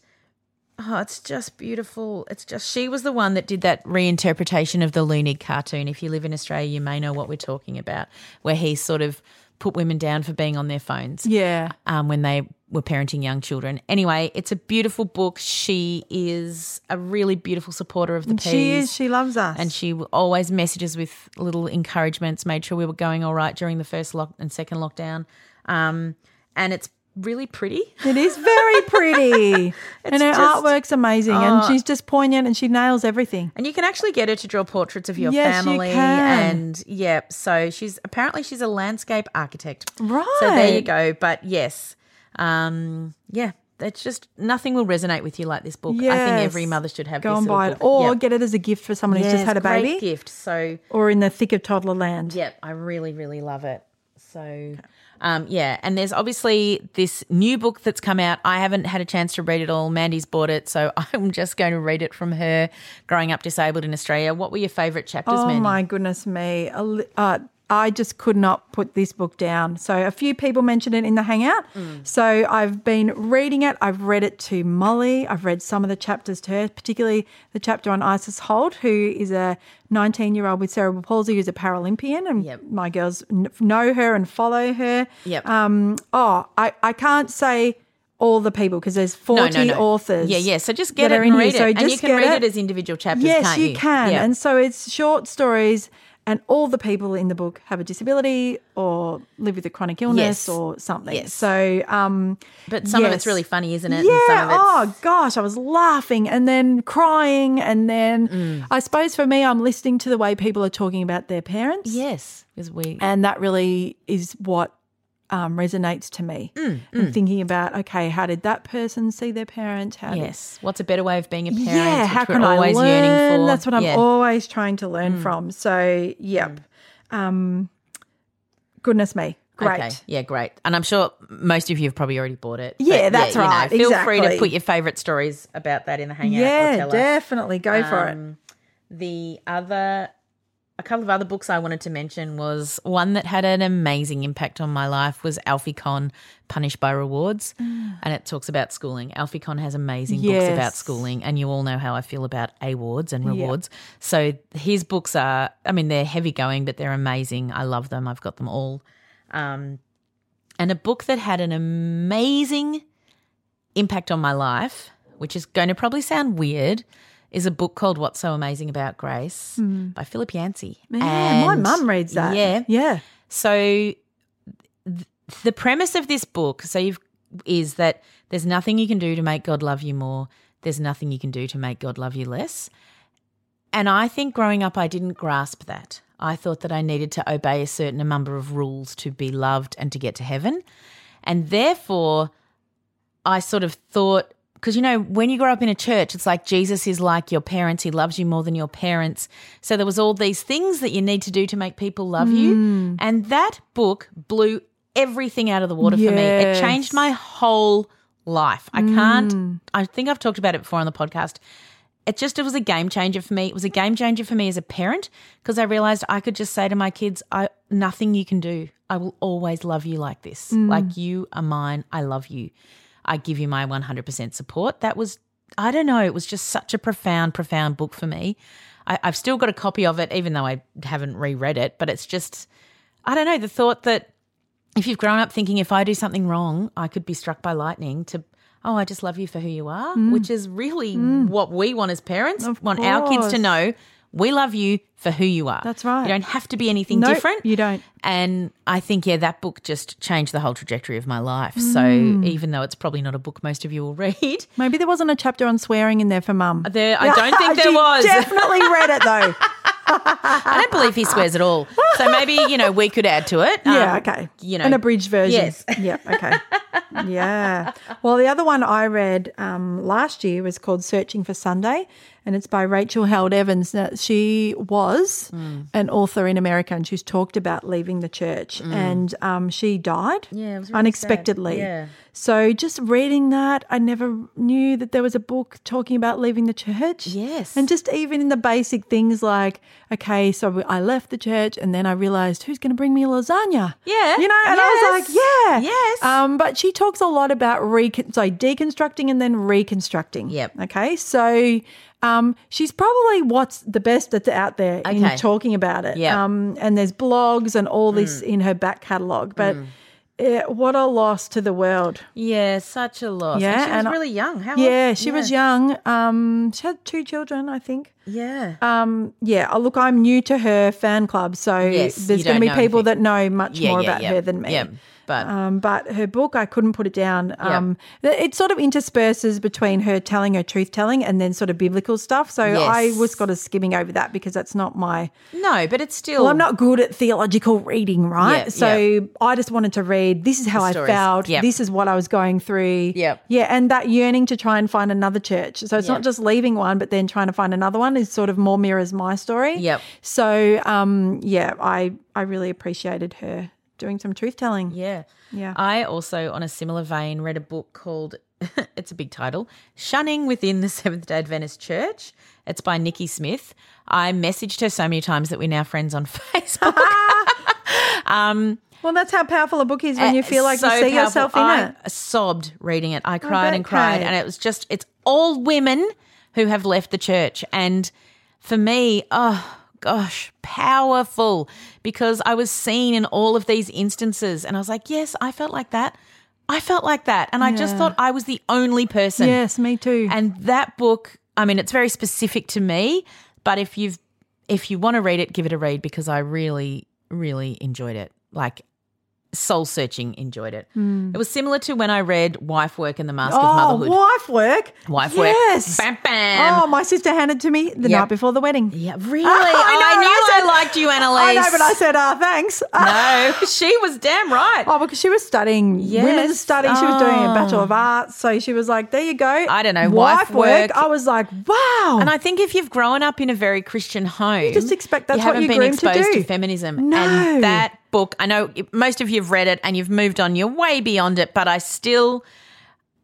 B: oh, it's just beautiful. It's just she was the one that did that reinterpretation of the Looney cartoon. If you live in Australia, you may know what we're talking about, where he sort of put women down for being on their phones
A: yeah.
B: um, when they were parenting young children. Anyway, it's a beautiful book. She is a really beautiful supporter of the piece.
A: She is. She loves us.
B: And she always messages with little encouragements, made sure we were going all right during the first lock and second lockdown. Um, and it's really pretty.
A: it is very pretty. and her
B: just-
A: artwork's amazing. and she's just poignant and she nails everything.
B: And you can actually get her to draw portraits of your
A: Yes, you
B: family.
A: can.
B: And yeah, so she's apparently she's a landscape architect. So there you
A: Right.
B: go. But yes, um, yeah, that's just nothing will resonate with you like this book. I think every
A: Yes.
B: mother should have
A: Go
B: this
A: and
B: little
A: buy it.
B: book.
A: Or
B: Yep.
A: get it as a gift for someone who's just
B: Yes,
A: had a
B: great
A: baby
B: gift. So
A: or in the thick of toddler land.
B: Yeah, I really, really love it. So, um, yeah, and there's obviously this new book that's come out. I haven't had a chance to read it all. Mandy's bought it, so I'm just going to read it from her. Growing up disabled in Australia. What were your favourite chapters,
A: Oh
B: Mandy?
A: my goodness me! A li- Uh, I just could not put this book down. So a few people mentioned it in the hangout.
B: Mm.
A: So I've been reading it. I've read it to Molly. I've read some of the chapters to her, particularly the chapter on Isis Holt, who is a 19-year-old with cerebral palsy who's a Paralympian, and
B: Yep.
A: my girls kn- know her and follow her.
B: Yep.
A: Um. Oh, I I can't say all the people because there's 40 authors.
B: Yeah, yeah. So just get
A: that
B: it
A: are
B: and
A: here.
B: read it,
A: So
B: and you
A: just
B: can
A: get
B: read it. as individual chapters.
A: Yes,
B: can't
A: you,
B: you?
A: can.
B: Yeah.
A: And so it's short stories, and all the people in the book have a disability or live with a chronic illness
B: Yes.
A: or something.
B: Yes.
A: So, um,
B: but some of
A: yes.
B: it's really funny, isn't
A: yeah.
B: it? And some of it's,
A: Oh gosh, I was laughing and then crying, and then
B: Mm.
A: I suppose for me, I'm listening to the way people are talking about their parents.
B: yes, because we
A: And that really is what um, resonates to me.
B: Mm,
A: And thinking about, okay, how did that person see their parent? How did
B: yes. What's a better way of being a parent?
A: yeah,
B: which
A: how
B: we're
A: can
B: always
A: I learn?
B: yearning for?
A: That's what I'm
B: Yeah. Mm.
A: always trying to learn from. So, yep. Um, goodness me, great.
B: Okay. Yeah, great. And I'm sure most of you have probably already bought it.
A: Yeah,
B: But,
A: that's
B: you know,
A: right.
B: feel free
A: Exactly.
B: to put your favourite stories about that in the hangout. or
A: Yeah,
B: tell us. Um,
A: definitely go for it.
B: The other, a couple of other books I wanted to mention was one that had an amazing impact on my life was Alfie Con, Punished by Rewards, and it talks about schooling. Alfie Con has amazing books about
A: Mm. Yes.
B: schooling, and you all know how I feel about awards and rewards. So his books are, I mean, they're heavy going, but they're amazing. I love them. I've got them all. Um, and a book that had an amazing impact on my life, which is going to probably sound weird, is a book called What's So Amazing About Grace by Philip Yancey.
A: Hmm. Yeah, my
B: And-
A: mum reads that.
B: Yeah.
A: yeah.
B: So th- the premise of this book, so you've is that there's nothing you can do to make God love you more. There's nothing you can do to make God love you less. And I think growing up, I didn't grasp that. I thought that I needed to obey a certain number of rules to be loved and to get to heaven. And therefore, I sort of thought, because you know, when you grow up in a church, it's like Jesus is like your parents, he loves you more than your parents. So there was all these things that you need to do to make people love you.
A: Mm.
B: And that book blew everything out of the water for me. It
A: Yes.
B: changed my whole life. I can't, I think I've talked about it before on the podcast it just it was a game changer for me. It was a game changer for me as a parent because I realized I could just say to my kids, I nothing you can do. I will always love you like this. Like you are mine. I love you. I give you my 100% support. That was I don't know, it was just such a profound profound book for me. I, I've still got a copy of it even though I haven't reread it, but it's just I don't know, the thought that if you've grown up thinking if I do something wrong, I could be struck by lightning to oh, I just love you for who you are, which is really what we want as parents.
A: Mm. Of
B: want our kids to
A: course.
B: know we love you for who you are.
A: That's right.
B: You don't have to be anything
A: Nope,
B: different.
A: you don't.
B: And I think yeah, that book just changed the whole trajectory of my life.
A: Mm.
B: So even though it's probably not a book most of you will read,
A: Maybe there wasn't a chapter on swearing in there for mum.
B: there I don't think there
A: She
B: was.
A: Definitely read it though.
B: I don't believe he swears at all. So maybe, you know, we could add to it. Um,
A: Yeah, okay.
B: You know,
A: an abridged version.
B: Yes.
A: Yep. Okay. yeah. Well, the other one I read um, last year was called Searching for Sunday, and it's by Rachel Held Evans. Now, she was
B: Mm.
A: an author in America, and she's talked about leaving the church, and um, she died
B: Mm. Yeah, it was really sad.
A: unexpectedly.
B: Yeah.
A: So just reading that, I never knew that there was a book talking about leaving the church.
B: Yes.
A: And just even in the basic things like, okay, so I left the church and then I realized who's going to bring me lasagna?
B: Yeah.
A: You know, and I was like,
B: Yes.
A: yeah.
B: Yes.
A: Um, but she talks a lot about recon- so deconstructing and then reconstructing.
B: Yep.
A: Okay. So um, she's probably what's the best that's out there
B: Okay.
A: in talking about it.
B: Yep.
A: Um, and there's blogs and all this
B: Mm.
A: in her back catalogue. But eh, what a loss to the world.
B: yeah, such a loss.
A: Yeah,
B: Yeah, and she was
A: and I-
B: really young. How
A: Yeah,
B: old?
A: she was young. Um, she had two children, I think.
B: Yeah.
A: Um, yeah, oh, look, I'm new to her fan club, so
B: Yes,
A: there's
B: you
A: going
B: don't
A: to be
B: know
A: people
B: anything.
A: that know much
B: yeah,
A: more
B: yeah,
A: about
B: yeah.
A: her than me.
B: Yeah. Uh, But
A: Um, but her book, I couldn't put it down. Um, th- It sort of intersperses between her telling her truth telling and then sort of biblical stuff. So I
B: Yes.
A: was kind of skimming over that because that's not my.
B: no, but it's still.
A: Well, I'm not good at theological reading, right?
B: Yeah,
A: so I just wanted to read. This is how I
B: stories.
A: felt.
B: Yep.
A: This is what I was going through.
B: Yep.
A: Yeah, and that yearning to try and find another church. So it's
B: Yep.
A: not just leaving one, but then trying to find another one is sort of more mirrors my story.
B: Yep.
A: So um, yeah, I I really appreciated her doing some truth telling.
B: Yeah.
A: Yeah.
B: I also, on a similar vein, read a book called, it's a big title, Shunning Within the Seventh day Adventist Church. It's by Nikki Smith. I messaged her so many times that we're now friends on Facebook.
A: Well, that's how powerful a book is when you feel like
B: Uh, Eh, So
A: you see
B: powerful.
A: yourself in
B: I
A: it.
B: sobbed reading it. I cried
A: bet,
B: and cried.
A: Kate.
B: And it was just, it's all women who have left the church. And for me, oh gosh, powerful because I was seen in all of these instances. And I was like, yes, I felt like that. I felt like that. And I just thought I was the only person.
A: Yes, me too.
B: And that book, I mean, it's very specific to me, but if you've if you want to read it, give it a read because I really, really enjoyed it. Like soul searching enjoyed it. It was similar to when I read Wife Work and the Mask of
A: Hmm. oh,
B: Motherhood.
A: wife work.
B: Wife work.
A: yes.
B: Bam, bam.
A: Oh, my sister handed to me the
B: Yeah.
A: night before the wedding.
B: Yeah, really?
A: I know,
B: I,
A: and
B: knew
A: I
B: I,
A: said-
B: liked you, Annalise.
A: I know, but I said, ah, thanks.
B: no, she was damn right.
A: Oh, because she was studying women's
B: Yes.
A: study. She was doing a
B: Oh.
A: Bachelor of Arts. So she was like, there you go.
B: I don't know, wife work.
A: I was like, wow.
B: And I think if you've grown up in a very Christian home, you
A: Oh. just expect that's what
B: haven't
A: you're
B: been
A: groomed to
B: exposed
A: do.
B: to feminism.
A: No.
B: And that book, I know most of you have read it and you've moved on. You're way beyond it, but I still.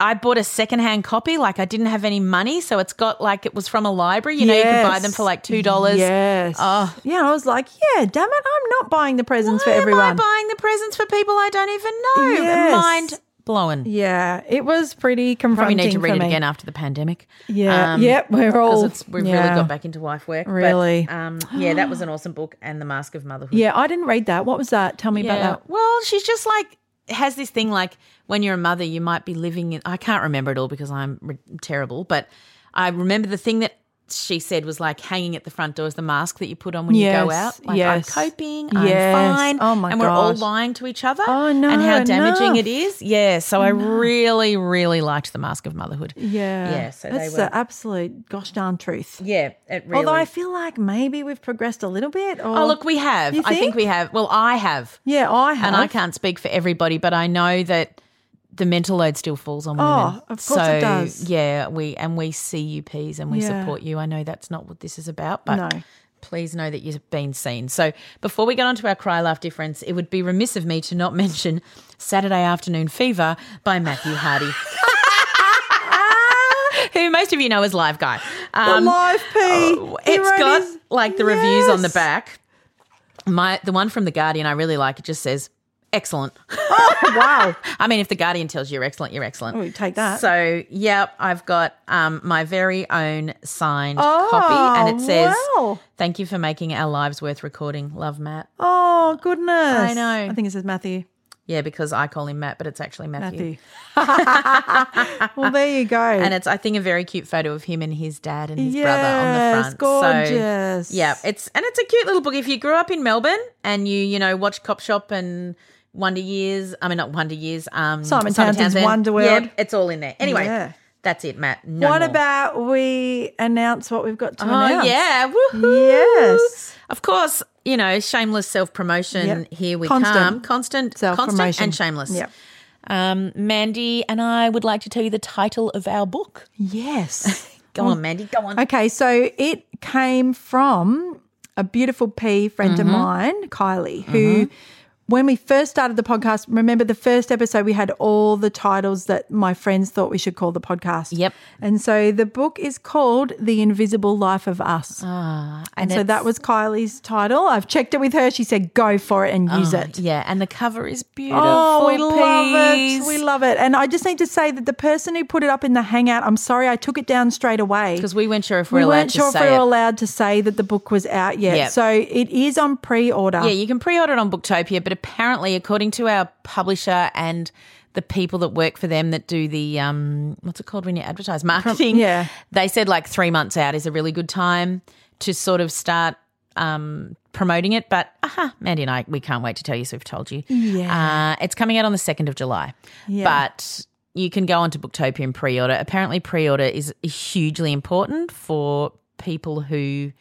B: I bought a secondhand copy, like I didn't have any money, so it's got like it was from a library. You know, you can buy them for like two dollars.
A: Yes.
B: Oh.
A: Yeah, I was like, yeah, damn it. I'm not buying the presents for
B: Why
A: everyone.
B: am I buying the presents for people I don't even know?
A: Yes.
B: Mind blowing.
A: yeah, it was pretty
B: Probably
A: confronting.
B: need to
A: for
B: read it
A: me.
B: again after the pandemic.
A: Yeah. Yep, we're all-
B: because Um, it's, we've
A: yeah.
B: really got back into wife work. but,
A: Really.
B: um, yeah, that was an awesome book, and The Mask of Motherhood.
A: Yeah, I didn't read that. What was that? Tell me about that.
B: Well, she's just like has this thing like when you're a mother, you might be living in. I can't remember it all because I'm re- terrible, but I remember the thing that she said was like hanging at the front door is the mask that you put on when you go
A: Yes,
B: out. Like
A: yes.
B: I'm coping, I'm
A: Yes.
B: fine.
A: Oh, my
B: And we're all
A: gosh.
B: lying to each other.
A: Oh, no,
B: And how damaging
A: enough.
B: it is. Yeah. So I really, really liked the mask of motherhood.
A: Yeah.
B: Yeah, so they
A: That's
B: were-
A: the absolute gosh darn truth.
B: Yeah. It really.
A: Although I feel like maybe we've progressed a little bit. Or,
B: oh look, we have.
A: You
B: I
A: think?
B: think we have. Well, I have.
A: yeah, I have.
B: and I can't speak for everybody, but I know that the mental load still falls on women.
A: Oh, of course
B: so,
A: it does.
B: Yeah, we and we see you Ps and we
A: Yeah.
B: support you. I know that's not what this is about, but
A: No.
B: please know that you've been seen. So before we get on to our cry laugh difference, it would be remiss of me to not mention Saturday Afternoon Fever by Matthew Hardy. Who most of you know as Live Guy. Um,
A: the live P.
B: Oh,
A: He
B: it's
A: wrote
B: got
A: his-
B: like the reviews on the
A: Yes.
B: back. My the one from the Guardian I really like. It just says excellent.
A: Oh, wow.
B: I mean, if the Guardian tells you you're excellent, you're excellent.
A: Oh, take that.
B: So yep, I've got um, my very own signed
A: Oh,
B: copy, and it says,
A: wow.
B: "Thank you for making our lives worth recording. Love Matt."
A: Oh, goodness. I
B: know.
A: I think it says Matthew.
B: Yeah, because I call him Matt, but it's actually Matthew.
A: Matthew. well, there you go.
B: And it's, I think, a very cute photo of him and his dad and his brother on
A: Yes,
B: the front.
A: gorgeous.
B: So, yeah, it's and it's a cute little book. If you grew up in Melbourne and you, you know, watch Cop Shop and Wonder Years, I mean, not Wonder Years, um,
A: Simon Townsend's Wonder World.
B: yeah, it's all in there. Anyway,
A: Yeah.
B: That's it, Matt. No
A: what
B: more.
A: about we announce what we've got to
B: Oh
A: announce?
B: yeah, woohoo!
A: Yes.
B: of course. You know, shameless self promotion.
A: Yep.
B: Here we
A: Constant.
B: come, constant, constant,
A: Self-promotion.
B: and shameless.
A: Yep.
B: Um, Mandy and I would like to tell you the title of our book.
A: Yes.
B: Go on, Mandy. Go on.
A: Mm. okay, so it came from a beautiful pea friend
B: Mm-hmm.
A: of mine, Kylie, who when we first started the podcast, remember the first episode we had all the titles that my friends thought we should call the podcast.
B: Yep.
A: And so the book is called The Invisible Life of Us. and so
B: Oh, Ah, it's-
A: that was Kylie's title. I've checked it with her. She said, go for it and use
B: Oh,
A: it.
B: Yeah, and the cover is beautiful.
A: Oh, we love it.
B: Peas.
A: We love it. And I just need to say that the person who put it up in the hangout, I'm sorry, I took it down straight away.
B: because we weren't sure if we're
A: We
B: allowed
A: weren't
B: to
A: sure if we
B: say
A: were
B: it.
A: allowed to say that the book was out yet.
B: Yep.
A: So it is on pre order.
B: Yeah, you can pre-order it on Booktopia, but apparently, according to our publisher and the people that work for them that do the um, what's it called when you advertise marketing?
A: yeah.
B: they said like three months out is a really good time to sort of start um, promoting it. But aha, Mandy and I, we can't wait to tell you. So we've told you. Yeah, uh, it's coming out on the second of July. but. You can go onto Booktopia and pre-order. Apparently, pre-order is hugely important for people who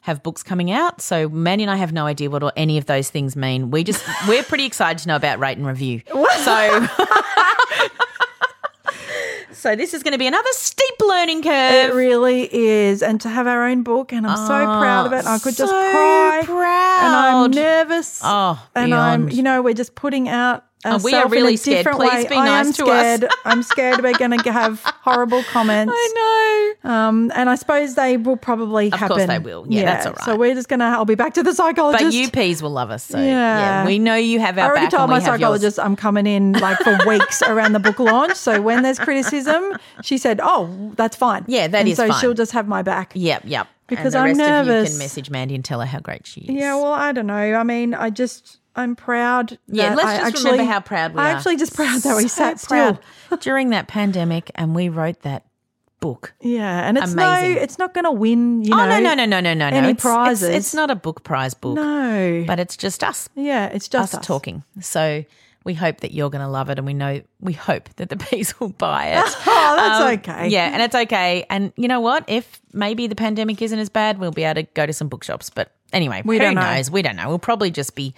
B: have books coming out. So Mandy and I have no idea what or any of those things mean. We just we're pretty excited to know about rate and review. So So this is going to be another steep learning
A: It
B: curve.
A: really is. And to have our own book, and I'm so proud of it. I could just
B: Ah, so
A: cry.
B: proud.
A: And I'm nervous.
B: Oh,
A: and I'm,
B: beyond.
A: you know, we're just putting out.
B: And we are
A: ourself in a
B: really scared.
A: different
B: Please
A: way.
B: be
A: I am
B: nice to us.
A: scared. I'm scared we're going to have horrible comments.
B: I know.
A: Um, and I suppose they will probably
B: Of
A: happen.
B: course they will. Yeah, that's all right.
A: So we're just gonna. I'll be back to the
B: But
A: psychologist.
B: you peas will love us. So yeah.
A: Yeah.
B: we know you have
A: I
B: our
A: already
B: back.
A: told
B: and we
A: my
B: have yours.
A: psychologist I'm coming in like for weeks around the book launch. So when there's criticism, she said, "Oh, that's fine."
B: Yeah, that
A: that is.
B: is
A: and So
B: fine.
A: she'll just have my back.
B: Yep, yep.
A: Because
B: and the
A: I'm
B: rest Of you
A: nervous.
B: can message Mandy and tell her how great she is.
A: Yeah, well, I don't know. I mean, I just I'm proud.
B: Yeah,
A: that
B: let's
A: I
B: just
A: actually,
B: remember how proud we
A: I
B: are.
A: actually just proud that we
B: So
A: sat
B: proud.
A: still.
B: during that pandemic, and we wrote that book.
A: Yeah, and it's
B: Amazing.
A: no, it's not going to win. You
B: oh
A: know,
B: no no no no no no!
A: any
B: It's- it's,
A: prizes.
B: It's, not a book prize book,
A: no.
B: but it's just us,
A: yeah, it's just
B: us, talking. So we hope that you're going to love it, and we know we hope that the bees will buy it.
A: Oh, that's
B: Um,
A: okay.
B: Yeah, and it's okay. And you know what? If maybe the pandemic isn't as bad, we'll be able to go to some bookshops. But anyway,
A: We
B: who
A: don't know.
B: knows? We don't know. We'll probably just be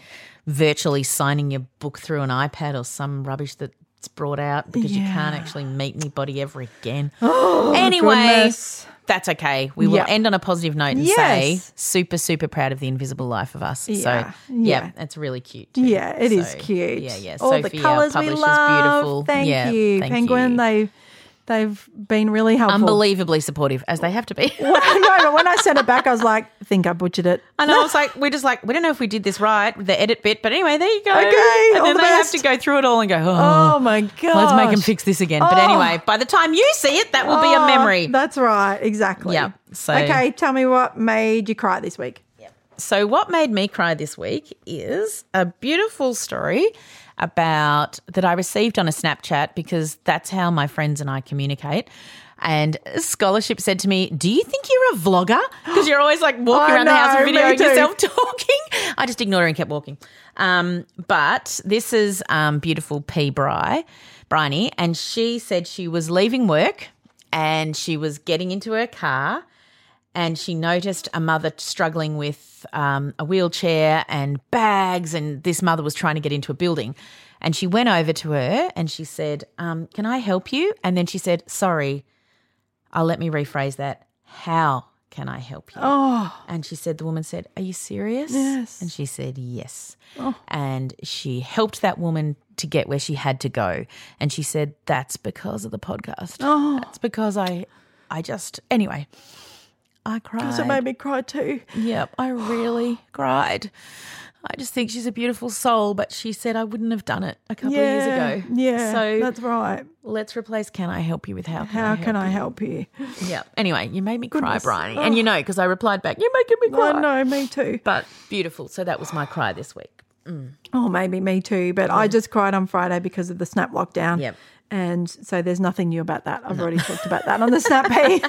B: virtually signing your book through an iPad or some rubbish that's brought out because you can't actually meet anybody ever again. anyway,
A: goodness.
B: that's okay. We will
A: Oh. Yeah.
B: end on a positive note and
A: Yes.
B: say super, super proud of the invisible life of us.
A: Yeah.
B: So yeah, it's really cute. too.
A: Yeah, it is
B: So,
A: cute.
B: Yeah, yeah.
A: All the
B: Sophie, our
A: colours we
B: publisher's
A: love.
B: beautiful.
A: Thank
B: Yeah,
A: you,
B: thank
A: Penguin.
B: you.
A: They they've been really helpful.
B: unbelievably supportive as they have to be.
A: no, but when I sent it back, I was like, I think I butchered it.
B: And I was like, we're just like, we don't know if we did this right with the edit bit, but anyway, there you go.
A: Okay, all
B: and
A: the
B: then they
A: best.
B: have to go through it all and go, oh,
A: Oh my god!
B: let's make them fix this again. But
A: Oh.
B: anyway, by the time you see it, that will be a memory.
A: That's right, exactly.
B: Yep, so-
A: okay, tell me what made you cry this week?
B: So, what made me cry this week is a beautiful story about that I received on a Snapchat because that's how my friends and I communicate. And Scholarship said to me, Do you think you're a vlogger? Because you're always like
A: I
B: walking around the house and
A: know, me
B: videoing
A: too.
B: yourself talking. I just ignored her and kept walking. Um, but this is um, beautiful P. Bry, Bryony, and she said she was leaving work and she was getting into her car and she noticed a mother struggling with um, a wheelchair and bags, and this mother was trying to get into a building. And she went over to her and she said, um, Can I help you? And then she said, Sorry, I'll let me rephrase that. How can I help you?
A: Oh,
B: And she said, The woman said, Are you serious?
A: Yes. Oh.
B: And she said, Yes. And she helped that woman to get where she had to go. And she said, That's because of the podcast.
A: Oh.
B: That's because I, I just, anyway, I cried.
A: so it made me cry too.
B: Yep, I really cried. I just think she's a beautiful soul, but she said I wouldn't have done it a couple
A: yeah,
B: of years ago.
A: yeah.
B: So
A: that's right.
B: let's replace can I help you with how can
A: How
B: I
A: can I help you?
B: help? Yeah. Anyway, you made me cry, Bryony. And you know, because I replied back, You're making me
A: Oh
B: cry.
A: no, me too.
B: But beautiful. So that was my cry this week.
A: Oh, maybe me too. But I just cried on Friday because of the snap lockdown.
B: Yep.
A: And so there's nothing new about that. I've already talked about that on the snap page.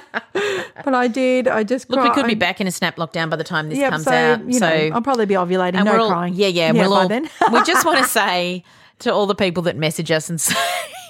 A: but I did. I just
B: Look,
A: cried.
B: we could be back in a snap lockdown by the time this
A: Yep,
B: comes
A: so,
B: out.
A: You
B: so
A: know, I'll probably be ovulating.
B: and
A: no
B: we're all,
A: crying.
B: Yeah, yeah. we'll
A: by
B: all,
A: then.
B: we just want to say to all the people that message us and say,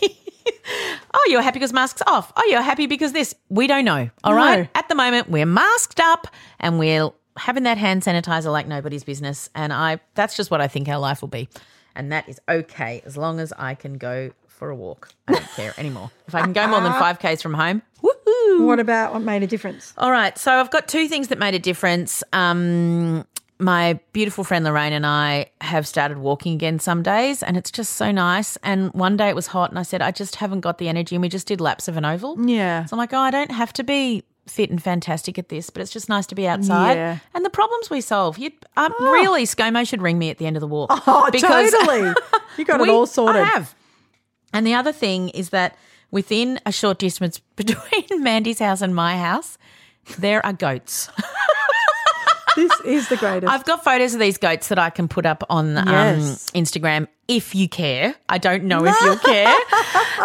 B: oh, you're happy because masks off. Oh, you're happy because this. We don't know. All right. At the moment, we're masked up and we're having that hand sanitizer like nobody's business. And I, that's just what I think our life will be. And that is okay as long as I can go for a walk. I don't care anymore. If I can go more than 5Ks from home, woohoo.
A: What about what made a difference?
B: All right. So I've got two things that made a difference. Um, my beautiful friend Lorraine and I have started walking again some days, and it's just so nice. And one day it was hot, and I said, I just haven't got the energy. And we just did laps of an oval.
A: Yeah.
B: So I'm like, oh, I don't have to be fit and fantastic at this, but it's just nice to be outside.
A: Yeah.
B: And the problems we solve. You um, Really, ScoMo should ring me at the end of the walk.
A: Oh, totally. You got it all sorted.
B: I have. And the other thing is that within a short distance between Mandy's house and my house, there are goats.
A: This is the greatest.
B: I've got photos of these goats that I can put up on um,
A: Yes.
B: Instagram if you care. I don't know if you'll care.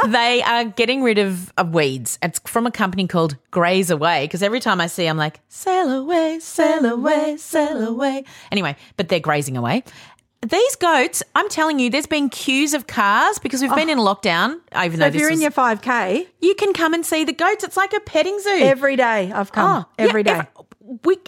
B: they are getting rid of, of weeds. It's from a company called Graze Away because every time I see, I'm like, sail away, sail away, sail away. Anyway, but they're grazing away. These goats, I'm telling you, there's been queues of cars because we've been in lockdown. Even though
A: Oh. if
B: this
A: you're in
B: was-
A: your 5K
B: you can come and see the goats. It's like a petting zoo.
A: every day, I've come
B: Oh,
A: every day.
B: yeah, ev- we,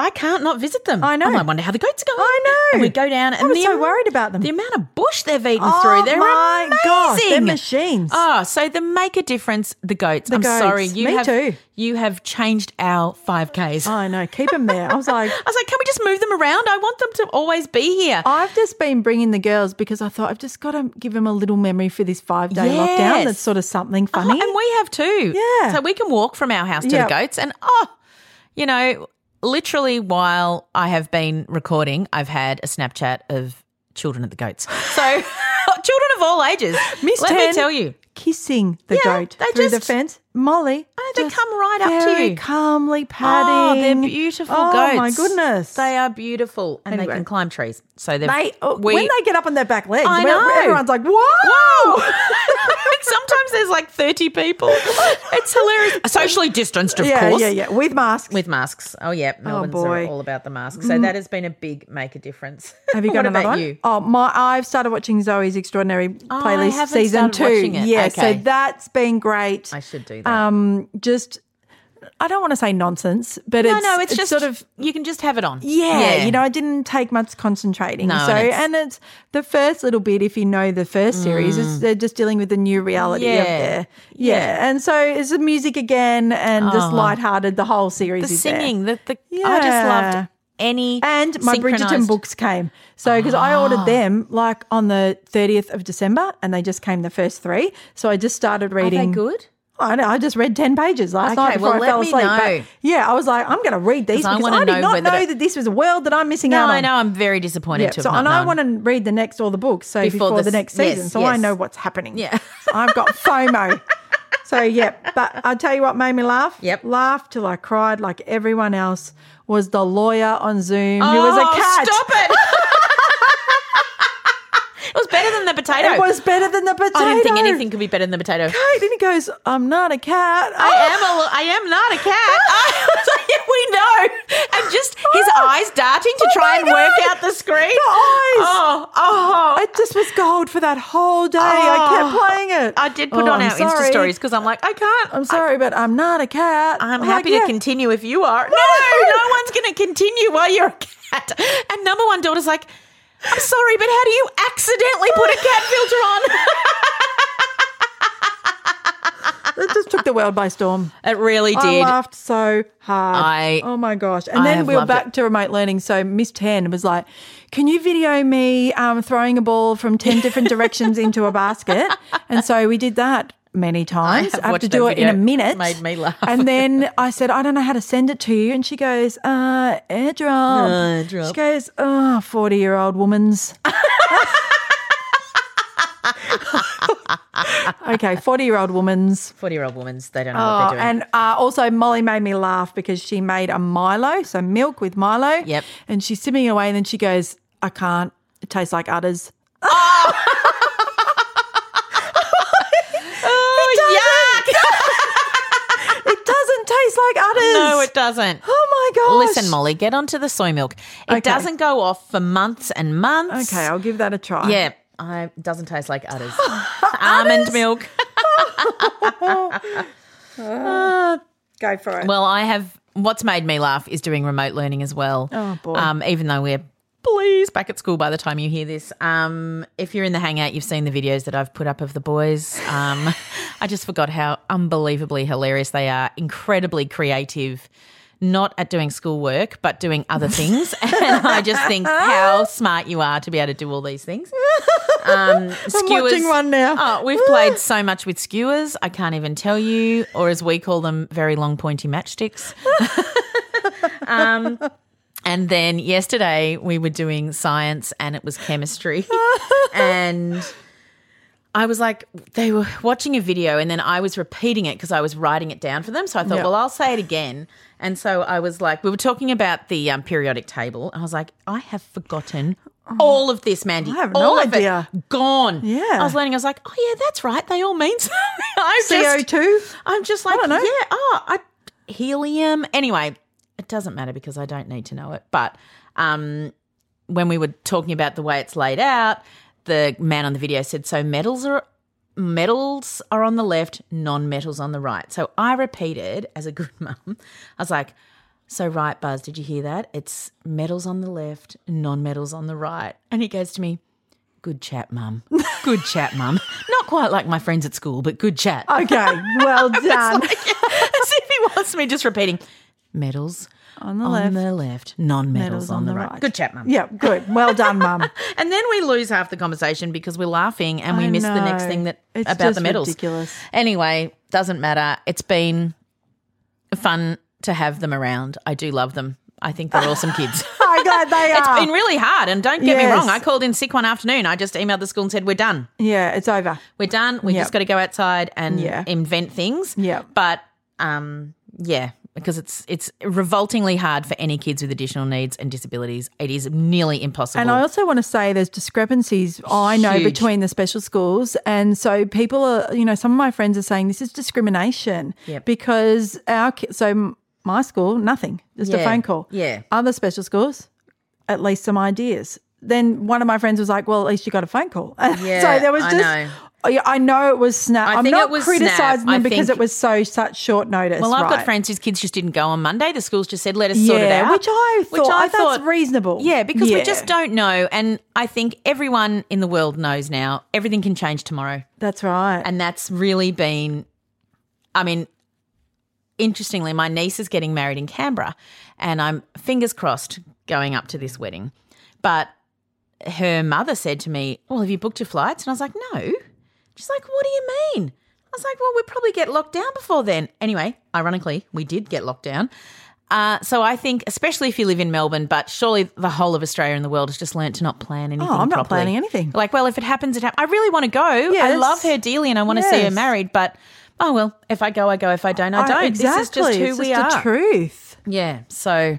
B: I can't not visit them.
A: I know.
B: Oh, I wonder how the goats are going.
A: I know.
B: And we go down, and
A: I was
B: the
A: so
B: am-
A: worried about them.
B: The amount of bush they've eaten
A: Oh,
B: through, they're
A: my gosh, they're
B: amazing.
A: machines.
B: Oh, so they make a difference. The goats. I'm
A: goats.
B: sorry, you
A: Me
B: have
A: too. Oh.
B: you have changed our five Ks. I
A: I know. Keep them there. I was like,
B: was like, can we just move them around? I want them to always be here.
A: I've just been bringing the girls because I thought I've just got to give them a little memory for this five day lockdown.
B: Yes.
A: That's sort of something
B: Oh,
A: funny.
B: and we have too.
A: Yeah.
B: So we can walk from our house to
A: Yeah.
B: the goats and oh, you know, literally while I have been recording, I've had a Snapchat of children at the goats. So children of all ages.
A: Miss
B: Let
A: Tan,
B: me tell you.
A: kissing the
B: Yeah,
A: goat
B: they
A: through the
B: just-
A: fence. Molly,
B: I know, they
A: just
B: come right up to
A: very
B: you.
A: calmly
B: Oh,
A: patting.
B: they're beautiful
A: Oh,
B: goats.
A: my goodness!
B: They are beautiful and
A: Anyway.
B: they can climb trees. So they're
A: They- oh,
B: we-
A: when they get up on their back legs,
B: I
A: well,
B: know.
A: everyone's like, "Whoa!" Oh!
B: Sometimes there's like 30 people. It's hilarious. Socially distanced, of
A: yeah,
B: course.
A: yeah, yeah. With masks.
B: With masks. Oh, yeah. Melbourne's
A: boy. Mm.
B: are all about the masks. So that has been a big make a difference.
A: Have you got
B: what
A: another
B: about
A: one?
B: You?
A: Oh, my! I've started watching Zoe's Extraordinary
B: I
A: Playlist
B: haven't
A: season two.
B: started watching it.
A: Yeah, so
B: Okay.
A: that's been great.
B: I should do that.
A: Um, just I don't want to say nonsense, but
B: no,
A: it's,
B: no, it's, just
A: sort of
B: you can just have it on.
A: Yeah, you know, I didn't take much concentrating.
B: No,
A: so,
B: and it's-
A: and it's the first little bit. If you know the first series, is they're just dealing with the new reality
B: Mm. Yeah.
A: of their yeah. and so it's the music again and just
B: Oh.
A: lighthearted. The whole series
B: the
A: is
B: singing. The, the I just
A: Yeah.
B: loved any
A: there. and my Bridgerton
B: synchronised-
A: books came. So because I
B: Ah.
A: ordered them like on the thirtieth of December, and they just came the first three. So I just started
B: Are
A: reading.
B: they good?
A: I know. I just read ten pages last
B: Okay,
A: night before
B: well,
A: I
B: let
A: fell
B: me
A: asleep.
B: know.
A: But yeah, I was like, I'm going to read these
B: 'Cause I
A: because
B: wanna
A: I, did
B: know
A: not
B: whether
A: know
B: it-
A: that this was a world that I'm missing
B: No,
A: out on.
B: I know. I'm very disappointed
A: Yeah,
B: to
A: so
B: have
A: and
B: not
A: I
B: known.
A: want to read the next all the books so before,
B: Before
A: the
B: this-
A: next season,
B: yes,
A: so I
B: yes.
A: know what's happening.
B: Yeah.
A: so I've got FOMO. so yeah, but I tell you what made me laugh.
B: Yep.
A: laughed till I cried, like everyone else. Was the lawyer on Zoom who was
B: Oh,
A: a cat?
B: Stop it. it was better than the potato.
A: It was better than the potato.
B: I didn't think anything could be better than the potato.
A: Kate, and he goes, "I'm not a cat. Oh,
B: I am a, I am not a cat. I was like, yeah, we know. And just his eyes darting to
A: Oh
B: try
A: my
B: and work
A: God.
B: out the screen.
A: The eyes.
B: Oh, oh.
A: I just was gold for that whole day.
B: Oh.
A: I kept playing it.
B: I did put
A: Oh,
B: on
A: I'm
B: our Insta
A: sorry.
B: stories because I'm like, I can't.
A: I'm sorry, but I'm not a cat.
B: I'm
A: like,
B: happy
A: "Yeah."
B: to continue if you are. No, no one's going to continue while you're a cat. And number one daughter's like, I'm sorry, but how do you accidentally put a cat filter on?
A: It just took the world by storm.
B: It really
A: I
B: did.
A: laughed so hard.
B: I-
A: oh my gosh! And
B: I
A: then
B: have
A: we were
B: loved it.
A: back to remote learning. So Miss Ten was like, "Can you video me um, throwing a ball from ten different directions into a basket?" And so we did that many times. I
B: have
A: have, to
B: watched
A: do
B: that
A: it in a
B: video.
A: minute.
B: Made me laugh.
A: And then I said, "I don't know how to send it to you," and she goes, "Uh, airdrop."
B: Uh, Airdrop.
A: She goes, "Oh, forty-year-old woman's." okay, forty-year-old woman's.
B: 40 year old women, they don't know what
A: Oh,
B: they're doing.
A: and uh, also Molly made me laugh because she made a Milo, so milk with Milo.
B: Yep.
A: And she's sipping it away, and then she goes, "I can't. It tastes like udders."
B: oh, yuck.
A: It doesn't taste like udders.
B: No, it doesn't.
A: Oh my gosh!
B: Listen, Molly, get onto the soy milk. It
A: Okay.
B: doesn't go off for months and months.
A: Okay, I'll give that a try.
B: Yeah. I doesn't taste like udders. Almond milk.
A: Oh, Go for it.
B: Well, I have. What's made me laugh is doing remote learning as well.
A: Oh, boy.
B: Um, even though we're please back at school by the time you hear this. Um, if you're in the hangout, you've seen the videos that I've put up of the boys. Um, I just forgot how unbelievably hilarious they are. Incredibly creative. Not at doing schoolwork, but doing other things. and I just think how smart you are to be able to do all these things. Um, skewers.
A: watching one now.
B: Oh, we've played so much with skewers. I can't even tell you, or as we call them, very long pointy matchsticks. um, and then yesterday we were doing science and it was chemistry. and I was like, they were watching a video and then I was repeating it because I was writing it down for them. So I thought, well, I'll say it again. And so I was like, we were talking about the um, periodic table. And I was like, I have forgotten all of this, Mandy.
A: Oh.
B: I
A: have
B: all
A: no
B: of
A: idea.
B: It gone.
A: Yeah.
B: I was learning. I was like, oh, yeah, that's right. They all mean something. I
A: CO
B: just,
A: two.
B: I'm just like,
A: don't know.
B: yeah, oh, I, helium. Anyway, it doesn't matter because I don't need to know it. But um, when we were talking about the way it's laid out, the man on the video said, so metals are metals are on the left, non-metals on the right. So I repeated as a good mum. I was like, so right, Buzz, did you hear that? It's metals on the left, non-metals on the right. And he goes to me, good chat, mum. Good chat, mum. Not quite like my friends at school, but good chat.
A: Okay, well done.
B: As if he wants me just repeating medals
A: on the
B: on
A: left.
B: the left, non medals on, the right. Good chat, mum.
A: Yeah, good. Well done, mum.
B: And then we lose half the conversation because we're laughing and we
A: I
B: miss the next
A: know.
B: thing that
A: It's
B: about
A: just
B: the medals.
A: ridiculous.
B: Anyway, doesn't matter. It's been fun to have them around. I do love them. I think they're awesome kids.
A: I'm glad they
B: It's
A: are.
B: been really hard, and don't get me
A: Yes.
B: wrong. I called in sick one afternoon. I just emailed the school and said, "We're done.
A: yeah, it's over.
B: We're done. We
A: Yep.
B: just got to go outside and
A: Yeah.
B: invent things."
A: Yep.
B: But um, yeah, because it's it's revoltingly hard for any kids with additional needs and disabilities. It is nearly impossible.
A: And I also want to say there's discrepancies I know
B: Huge.
A: between the special schools. And so people are, you know, some of my friends are saying this is discrimination
B: Yep.
A: because our, ki- so m- my school, nothing, just a
B: Yeah,
A: phone call.
B: yeah.
A: Other special schools, at least some ideas. Then one of my friends was like, well, at least you got a phone call.
B: Yeah,
A: so there was
B: I
A: just, oh,
B: know.
A: I- I know it was snap.
B: I
A: I'm
B: think
A: not
B: it was snap.
A: criticizing
B: I
A: them because
B: think-
A: it was so such short notice.
B: well, I've got
A: right?
B: friends whose kids just didn't go on Monday. The schools just said, "Let us sort it
A: Yeah,
B: out,"
A: which I thought- I- that's reasonable.
B: Yeah, because
A: Yeah.
B: we just don't know, and I think everyone in the world knows now. Everything can change tomorrow.
A: That's right.
B: and that's really been i mean interestingly my niece is getting married in canberra and i'm fingers crossed going up to this wedding but her mother said to me well have you booked your flights and i was like no she's like what do you mean i was like well we probably get locked down before then anyway ironically we did get locked down uh, so I think, especially if you live in Melbourne, but surely the whole of Australia and the world has just learnt to not plan anything.
A: Oh, I'm not
B: properly.
A: planning anything.
B: Like, well, if it happens, it happens. I really want to go. I
A: Yes.
B: love her dearly, and I want to see her
A: Yes.
B: married. But oh well, if I go, I go. If I don't, I don't.
A: Exactly.
B: This is just who
A: it's
B: we
A: just
B: are.
A: The truth.
B: yeah. So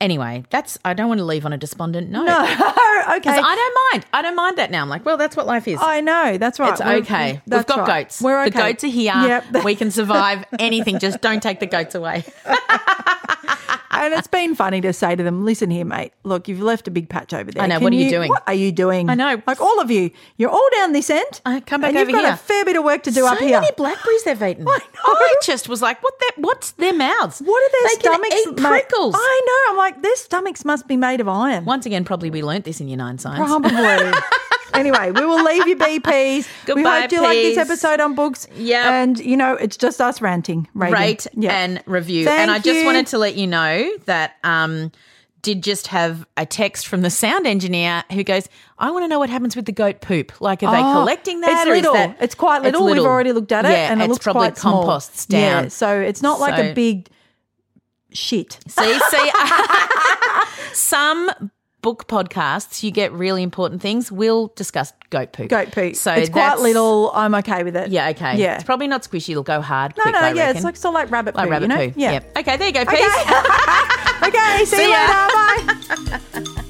B: anyway, that's. I don't want to leave on a despondent note.
A: No, okay.
B: 'Cause I don't mind. I don't mind that now. I'm like, well, that's what life is.
A: I know. That's right.
B: it's
A: We're-
B: okay. We've
A: that's
B: got
A: right.
B: goats.
A: We're okay.
B: The goats are here.
A: Yep.
B: We can survive anything. Just don't take the goats away.
A: and it's been funny to say to them, "Listen here, mate. Look, you've left a big patch over there.
B: I know.
A: Can
B: What are you doing?"
A: What are you doing?
B: I know.
A: Like all of you, you're all down this end.
B: Uh, come back
A: and
B: over
A: you've got
B: here.
A: a fair bit of work to do
B: so
A: up here.
B: many blackberries they've eaten. I, just was like, what? Their, what's their mouths?
A: what are their
B: they
A: stomachs?
B: Can eat
A: ma-
B: prickles.
A: I know. I'm like, their stomachs must be made of iron.
B: Once again, probably we learnt this in year nine science.
A: Probably. anyway, we will leave you be, peas. we
B: Goodbye,
A: hope you like this
B: peas.
A: episode on books.
B: Yep.
A: And, you know, it's just us ranting. Rating.
B: rate
A: Yeah.
B: and review. and I
A: Thank
B: just
A: you.
B: wanted to let you know that um did just have a text from the sound engineer who goes, I want to know what happens with the goat poop. Like, are they
A: Oh,
B: collecting that?
A: It's
B: or is
A: little.
B: that-
A: it's quite little. We've already looked at it,
B: Yeah,
A: and it
B: it's
A: looks
B: probably
A: quite small.
B: composts down.
A: Yeah, so it's not like a
B: So-
A: big shit.
B: See, see, some book podcasts, you get really important things. We'll discuss goat poop.
A: Goat poo.
B: So
A: it's quite
B: that's-
A: little. I'm okay with it.
B: Yeah, okay.
A: Yeah.
B: It's probably not squishy. It'll go hard.
A: no,
B: quick,
A: no,
B: I
A: yeah. It's
B: reckon.
A: like still like rabbit poo.
B: like rabbit
A: you know?
B: poo.
A: Yeah.
B: Yep. Okay, there you go. Peace.
A: Okay. See,
B: See
A: you
B: ya.
A: later. Bye.